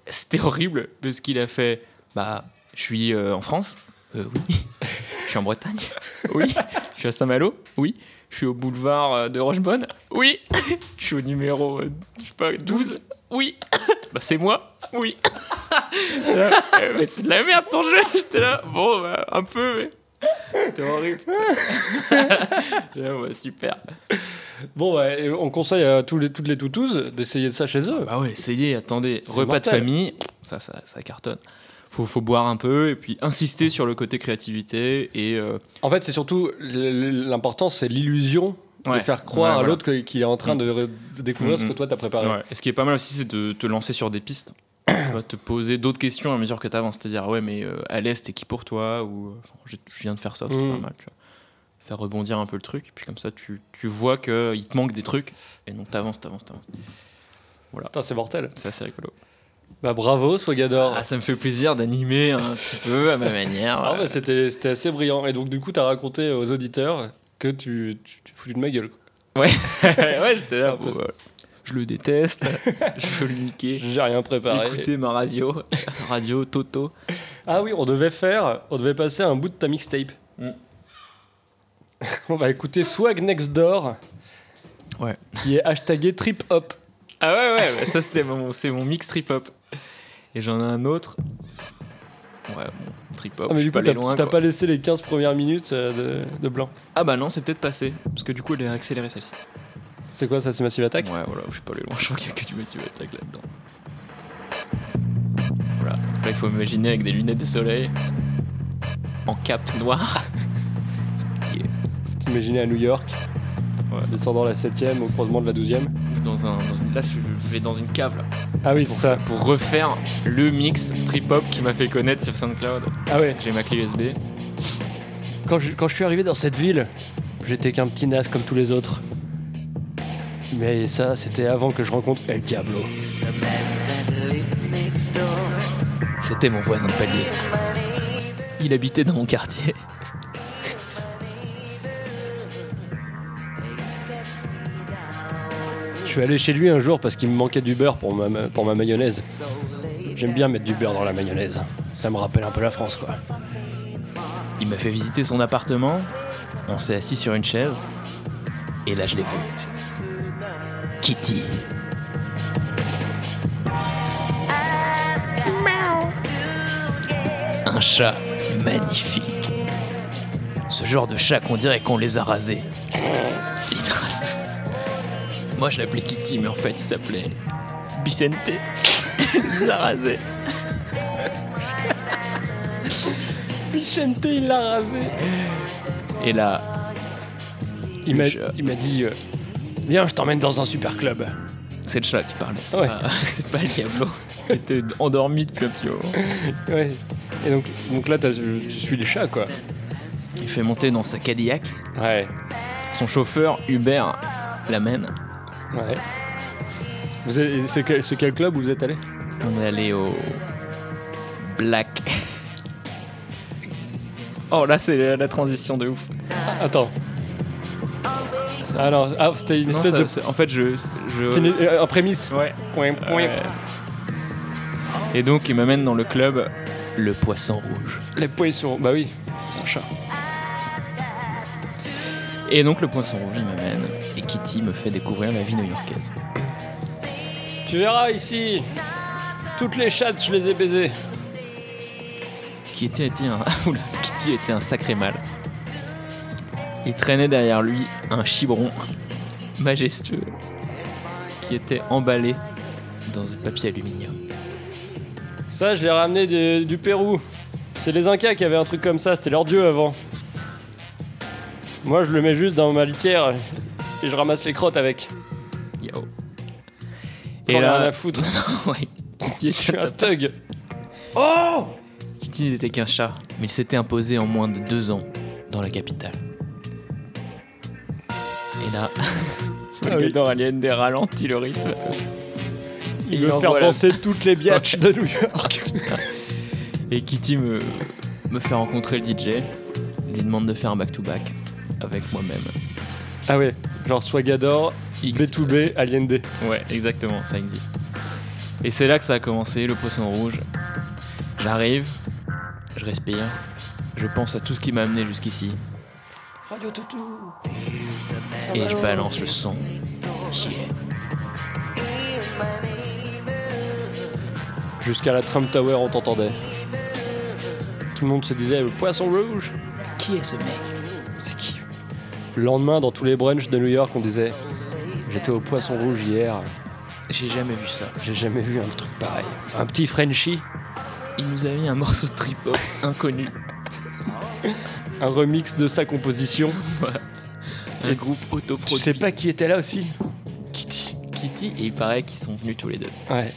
S2: c'était horrible, parce qu'il a fait, bah, je suis euh, en France, Euh, oui. Je suis en Bretagne, oui. Je suis à Saint-Malo, oui. Je suis au boulevard euh, de Rochebonne, oui. Je suis au numéro, euh, je sais pas, 12, oui. Bah, c'est moi, oui. Là, euh, mais c'est de la merde ton jeu, j'étais là, bon, bah, un peu, mais. C'était horrible. J'étais là, ouais, super.
S1: Bon, ouais, et on conseille à tous les, toutes les toutous d'essayer de ça chez eux.
S2: Bah ouais, essayez, attendez,
S1: C'est
S2: repas de
S1: mortel.
S2: famille, ça, ça, ça cartonne. Faut, faut boire un peu et puis insister sur le côté créativité et euh,
S1: En fait, c'est surtout l- l- l'important, c'est l'illusion
S2: Ouais.
S1: de faire croire
S2: Ouais,
S1: à
S2: voilà.
S1: l'autre que- qu'il est en train de, re- de découvrir
S2: Mm,
S1: ce que
S2: mm.
S1: toi t'as préparé.
S2: Ouais. Et ce qui est pas mal aussi, c'est de te lancer sur des pistes. tu vas te poser d'autres questions à mesure que tu avances. C'est-à-dire, ouais, mais euh, à l'est, t'es qui pour toi Ou euh, Enfin, je, je viens de faire ça, c'était
S1: Mm.
S2: pas mal. tu vois. Faire rebondir un peu le truc. Et puis comme ça, tu, tu vois qu'il te manque des trucs. Et donc, t'avances, t'avances, t'avances.
S1: Putain, c'est mortel.
S2: C'est assez rigolo.
S1: Bah bravo, Swagador.
S2: Ah, ça me fait plaisir d'animer un petit peu à ma manière. euh,
S1: Ah bah, c'était c'était assez brillant. Et donc, du coup, t'as raconté aux auditeurs que tu, tu, tu fous de ma gueule. quoi.
S2: ouais, j'étais
S1: C'est
S2: là.
S1: un peu
S2: bon, bah, je le déteste. je veux le niquer.
S1: J'ai rien préparé.
S2: Écoutez ma radio. radio Toto.
S1: Ah oui, on devait faire, on devait passer un bout de ta mixtape.
S2: Mm.
S1: on va écouter Swag Next Door.
S2: Ouais.
S1: Qui est hashtagué trip hop.
S2: Ah ouais, ouais, bah ça c'était mon, c'est mon mix trip-hop. Et j'en ai un autre. Ouais, bon, trip-hop,
S1: Ah, mais
S2: je
S1: du
S2: suis
S1: coup,
S2: pas
S1: t'as
S2: allé loin.
S1: t'as
S2: quoi.
S1: pas laissé les 15 premières minutes euh, de, de blanc.
S2: Ah bah non, c'est peut-être passé. Parce que du coup, elle a accéléré celle-ci.
S1: C'est quoi ça, c'est Massive Attack
S2: Ouais, voilà, je suis pas allé loin. Je crois qu'il y a que du Massive Attack là-dedans. Voilà, là il faut imaginer avec des lunettes de soleil. En cape noire.
S1: T'imaginais à New York,
S2: Ouais.
S1: descendant la 7ème au croisement de la 12ème.
S2: Dans un, dans une- là, je je vais dans une cave là.
S1: Ah oui, c'est
S2: Pour,
S1: ça.
S2: pour refaire le mix trip-hop qui m'a fait connaître sur SoundCloud.
S1: Ah ouais.
S2: J'ai ma clé USB.
S1: Quand je, quand je suis arrivé dans cette ville, j'étais qu'un petit naze comme tous les autres. Mais ça, c'était avant que je rencontre El Diablo.
S2: C'était mon voisin de palier. Il habitait dans mon quartier.
S1: Je suis allé chez lui un jour parce qu'il me manquait du beurre pour ma, pour ma mayonnaise. J'aime bien mettre du beurre dans la mayonnaise. ça me rappelle un peu la France, quoi.
S2: Il m'a fait visiter son appartement, on s'est assis sur une chaise, et là je l'ai vu. Kitty. Un chat magnifique. Ce genre de chat qu'on dirait qu'on les a rasés. Ils se rasent. Moi je l'appelais Kitty, mais en fait il s'appelait Bicente. Il les a rasés.
S1: Vicente, il l'a rasé.
S2: Et là,
S1: Il m'a,
S2: Le chat.
S1: il m'a dit euh, Viens, je t'emmène dans un super club.
S2: c'est le chat qui parlait. C'est
S1: Ouais.
S2: pas, c'est pas le diablo qui était endormi depuis un petit moment.
S1: Ouais. Et donc, donc là, t'as- je suis les chats, quoi.
S2: Il fait monter dans sa Cadillac.
S1: Ouais.
S2: Son chauffeur, Hubert, l'amène.
S1: Ouais. Vous êtes- c'est, quel, c'est quel club où vous êtes allé
S2: On est allé au Black. Oh là, c'est la transition de ouf.
S1: Ah, Attends. Ah non, ah, c'était une
S2: Non,
S1: espèce
S2: ça-
S1: de.
S2: c'est- En fait, je. je-
S1: C'était une- euh, un prémisse.
S2: Ouais.
S1: Point, point.
S2: Euh, Et donc, il m'amène dans le club Le Poisson Rouge.
S1: Les poissons. Bah oui, c'est un chat.
S2: Et donc, le Poisson Rouge, il m'amène. Et Kitty me fait découvrir la vie new-yorkaise.
S1: Tu verras ici. Toutes les chattes, je les ai baisées.
S2: Qui était, était un. Oula, Kitty était un sacré mâle. Il traînait derrière lui un chibron majestueux qui était emballé dans du papier aluminium.
S1: Ça, je l'ai ramené du, du Pérou. C'est les Incas qui avaient un truc comme ça, c'était leur dieu avant. Moi, je le mets juste dans ma litière et je ramasse les crottes avec.
S2: Yo.
S1: Et là, à foutre.
S2: ouais, Kitty,
S1: je suis
S2: était,
S1: un thug.
S2: Kitty n'était qu'un chat, mais il s'était imposé en moins de deux ans dans la capitale. Et là, Salvador Allende ralentit le rythme.
S1: Il veut
S2: Et
S1: faire
S2: envoie la-
S1: danser toutes les biatches de New York.
S2: Et Kitty me, me fait rencontrer le DJ, lui demande de faire un back-to-back avec moi-même.
S1: Ah ouais, genre Swagador,
S2: X-
S1: B2B, Allende.
S2: Ouais, exactement, ça existe. Et c'est là que ça a commencé, le poisson rouge. J'arrive, je respire, je pense à tout ce qui m'a amené jusqu'ici. Et je balance le son.
S1: Jusqu'à la Trump Tower, on t'entendait. Tout le monde se disait le poisson rouge.
S2: Qui est ce mec
S1: C'est qui Le lendemain, dans tous les brunchs de New York, on disait J'étais au poisson rouge hier,
S2: J'ai jamais vu ça.
S1: j'ai jamais vu un truc pareil. Un petit Frenchie,
S2: Il nous a mis un morceau de trip-hop inconnu.
S1: un remix de sa composition.
S2: Un groupe autoproduit.
S1: Tu sais pas qui était là aussi Kitty.
S2: Kitty et il paraît qu'ils sont venus tous les deux.
S1: Ouais.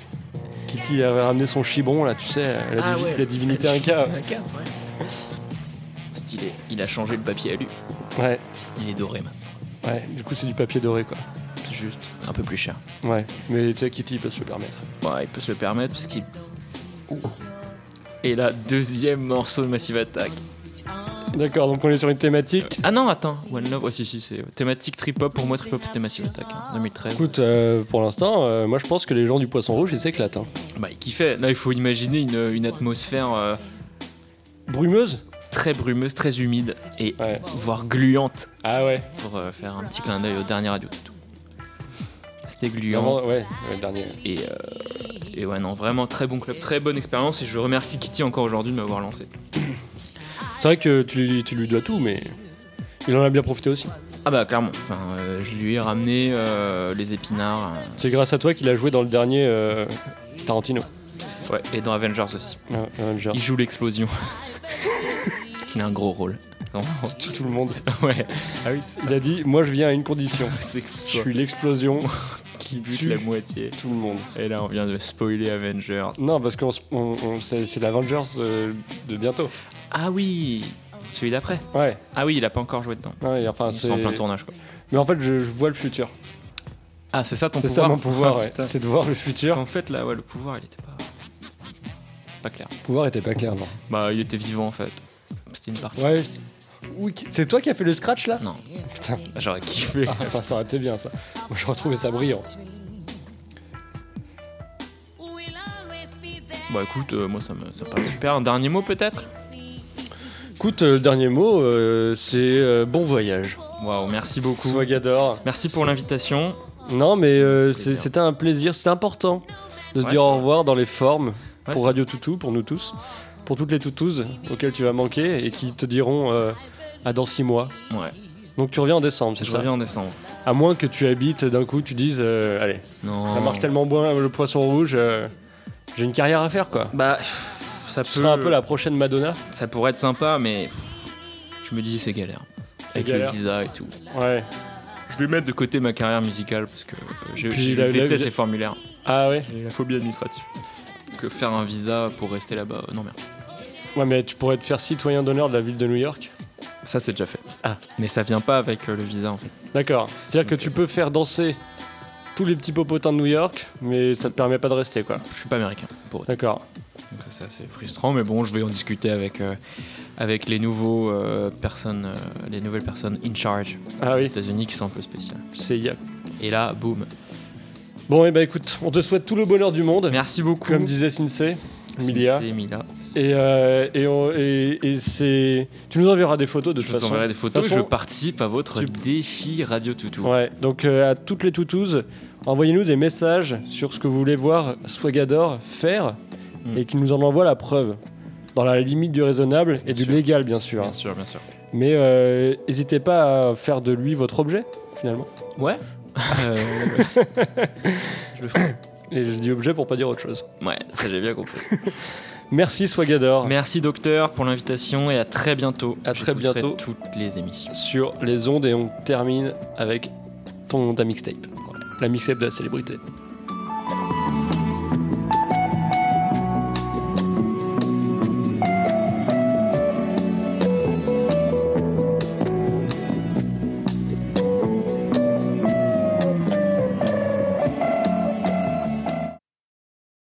S1: Kitty avait ramené son chibon, là, tu sais, la,
S2: Ah
S1: divi- Ah la divinité Inca.
S2: Stylé. Il a changé le papier à lui.
S1: Ouais,
S2: Il est doré maintenant.
S1: ouais, du coup, c'est du papier doré, quoi.
S2: C'est juste un peu plus cher.
S1: Ouais, mais tu sais, Kitty peut se le permettre.
S2: Ouais, il peut se le permettre parce qu'il. Et là, deuxième morceau de Massive Attack.
S1: D'accord, donc on est sur une thématique.
S2: Ah non, attends, One Love, ouais, si, si, c'est thématique trip hop. Pour moi, trip hop, c'était Massive Attack, hein, 2013.
S1: Écoute, euh, pour l'instant, euh, moi je pense que les gens du Poisson Rouge, ils s'éclatent. hein.
S2: Bah, il kiffait. Là, il faut imaginer une, une atmosphère euh,
S1: Brumeuse
S2: très brumeuse, très humide et
S1: Ouais.
S2: voire gluante
S1: Ah ouais.
S2: pour euh, faire un petit clin d'œil au dernier radio Tattoo. C'était gluant.
S1: Vraiment, ouais, ouais, le dernier.
S2: Et, euh, et ouais, non, vraiment très bon club, très bonne expérience. Et je remercie Kitty encore aujourd'hui de m'avoir lancé.
S1: C'est vrai que tu, tu lui dois tout, mais il en a bien profité aussi.
S2: Ah bah, clairement. Enfin, euh, je lui ai ramené euh, les épinards. euh,
S1: C'est grâce à toi qu'il a joué dans le dernier euh, Tarantino.
S2: Ouais, et dans Avengers aussi.
S1: Euh, Avengers.
S2: Il joue l'explosion. Il a un gros rôle. Vraiment.
S1: Il tue tout le monde.
S2: ouais. Ah oui,
S1: Il a dit Moi je viens à une condition.
S2: c'est que
S1: Je suis l'explosion,
S2: qui bute
S1: tue.
S2: la moitié.
S1: tout le monde.
S2: Et là, on vient de spoiler Avengers.
S1: Non, parce que c'est c'est l'Avengers euh, de bientôt.
S2: Ah oui Celui d'après
S1: Ouais,
S2: Ah oui, il a pas encore joué dedans.
S1: ouais, enfin
S2: Ils
S1: c'est.
S2: sont en plein tournage, quoi.
S1: Mais en fait, je, je vois le futur.
S2: Ah, c'est ça ton
S1: C'est
S2: pouvoir
S1: ça mon pouvoir,
S2: Ah,
S1: ouais.
S2: putain.
S1: C'est de voir le futur.
S2: En fait, là, ouais, le pouvoir, il était pas... Pas clair.
S1: Le pouvoir était pas clair, non
S2: Bah, il était vivant, en fait. C'était une partie.
S1: Ouais. Oui, qui- c'est toi qui as fait le scratch là
S2: Non, Bah,
S1: Putain,
S2: j'aurais kiffé.
S1: ah, ça, ça aurait été bien ça. Moi je retrouvais ça brillant.
S2: Bah écoute, euh, moi ça me, ça me paraît super. Un dernier mot peut-être
S1: Écoute, euh, le dernier mot, euh, c'est euh, bon voyage.
S2: Waouh, merci beaucoup.
S1: Swagador.
S2: Merci pour l'invitation.
S1: Non, mais euh,
S2: Plaisir.
S1: c'est- c'était un plaisir. C'est important de se dire
S2: Ouais, c'est
S1: au
S2: vrai.
S1: revoir dans les formes
S2: Ouais,
S1: pour Radio Toutou, pour nous tous, pour toutes les toutouses auxquelles tu vas manquer et qui te diront euh, à dans six mois.
S2: Ouais,
S1: Donc tu reviens en décembre, c'est
S2: je
S1: ça
S2: reviens en décembre.
S1: À moins que tu habites d'un coup, tu dises euh, allez,
S2: Non.
S1: ça marche tellement bien le poisson rouge, euh, j'ai une carrière à faire quoi.
S2: Bah, pff, ça
S1: Tu
S2: peut.
S1: seras un peu la prochaine Madonna.
S2: Ça pourrait être sympa, mais pff, je me dis c'est galère. Avec
S1: galère.
S2: le visa et tout.
S1: Ouais.
S2: Je vais mettre de côté ma carrière musicale parce que euh, je,
S1: Puis
S2: je
S1: la- la-
S2: déteste les formulaires.
S1: Ah ouais.
S2: J'ai la phobie administrative. Que faire un visa pour rester là-bas, euh, non merde.
S1: Ouais, mais tu pourrais te faire citoyen d'honneur de la ville de New York.
S2: Ça c'est déjà fait.
S1: Ah.
S2: Mais ça vient pas avec euh, le visa en fait.
S1: D'accord. C'est-à-dire que tu peux faire danser tous les petits popotins de New York, mais ça te permet pas de rester quoi.
S2: Je suis pas américain pour autant.
S1: D'accord.
S2: Donc ça c'est assez frustrant, mais bon, je vais en discuter avec, euh, avec les nouveaux euh, personnes, euh, les nouvelles personnes in charge
S1: Ah
S2: des
S1: oui,
S2: États-Unis qui sont un peu spéciales.
S1: c'est Yak.
S2: Et là, boum.
S1: Bon, et bah écoute, on te souhaite tout le bonheur du monde,
S2: Merci beaucoup.
S1: comme disait Sinsei, Milia.
S2: C'est Mila.
S1: Et, euh, et, on- et- et c'est. Tu nous enverras des photos de
S2: Je
S1: toute
S2: vous
S1: façon.
S2: enverrai des photos.
S1: De toute façon-
S2: je participe à votre
S1: Tu-
S2: défi Radio Toutou.
S1: Ouais, donc euh, à toutes les toutous, envoyez-nous des messages sur ce que vous voulez voir Swagador faire
S2: Mm.
S1: et qu'il nous en envoie la preuve. Dans la limite du raisonnable et
S2: Bien
S1: du
S2: sûr.
S1: légal, bien sûr.
S2: Bien sûr, bien sûr.
S1: Mais euh, n'hésitez pas à faire de lui votre objet, finalement.
S2: Ouais. Euh,
S1: Et je dis objet pour pas dire autre chose.
S2: ouais, ça j'ai bien compris.
S1: Merci Swagador
S2: Merci docteur pour l'invitation et à très bientôt.
S1: À très
S2: J'écouterai
S1: bientôt.
S2: Toutes les émissions.
S1: sur les ondes et on termine avec ton, ta mixtape. Voilà. La mixtape de la célébrité.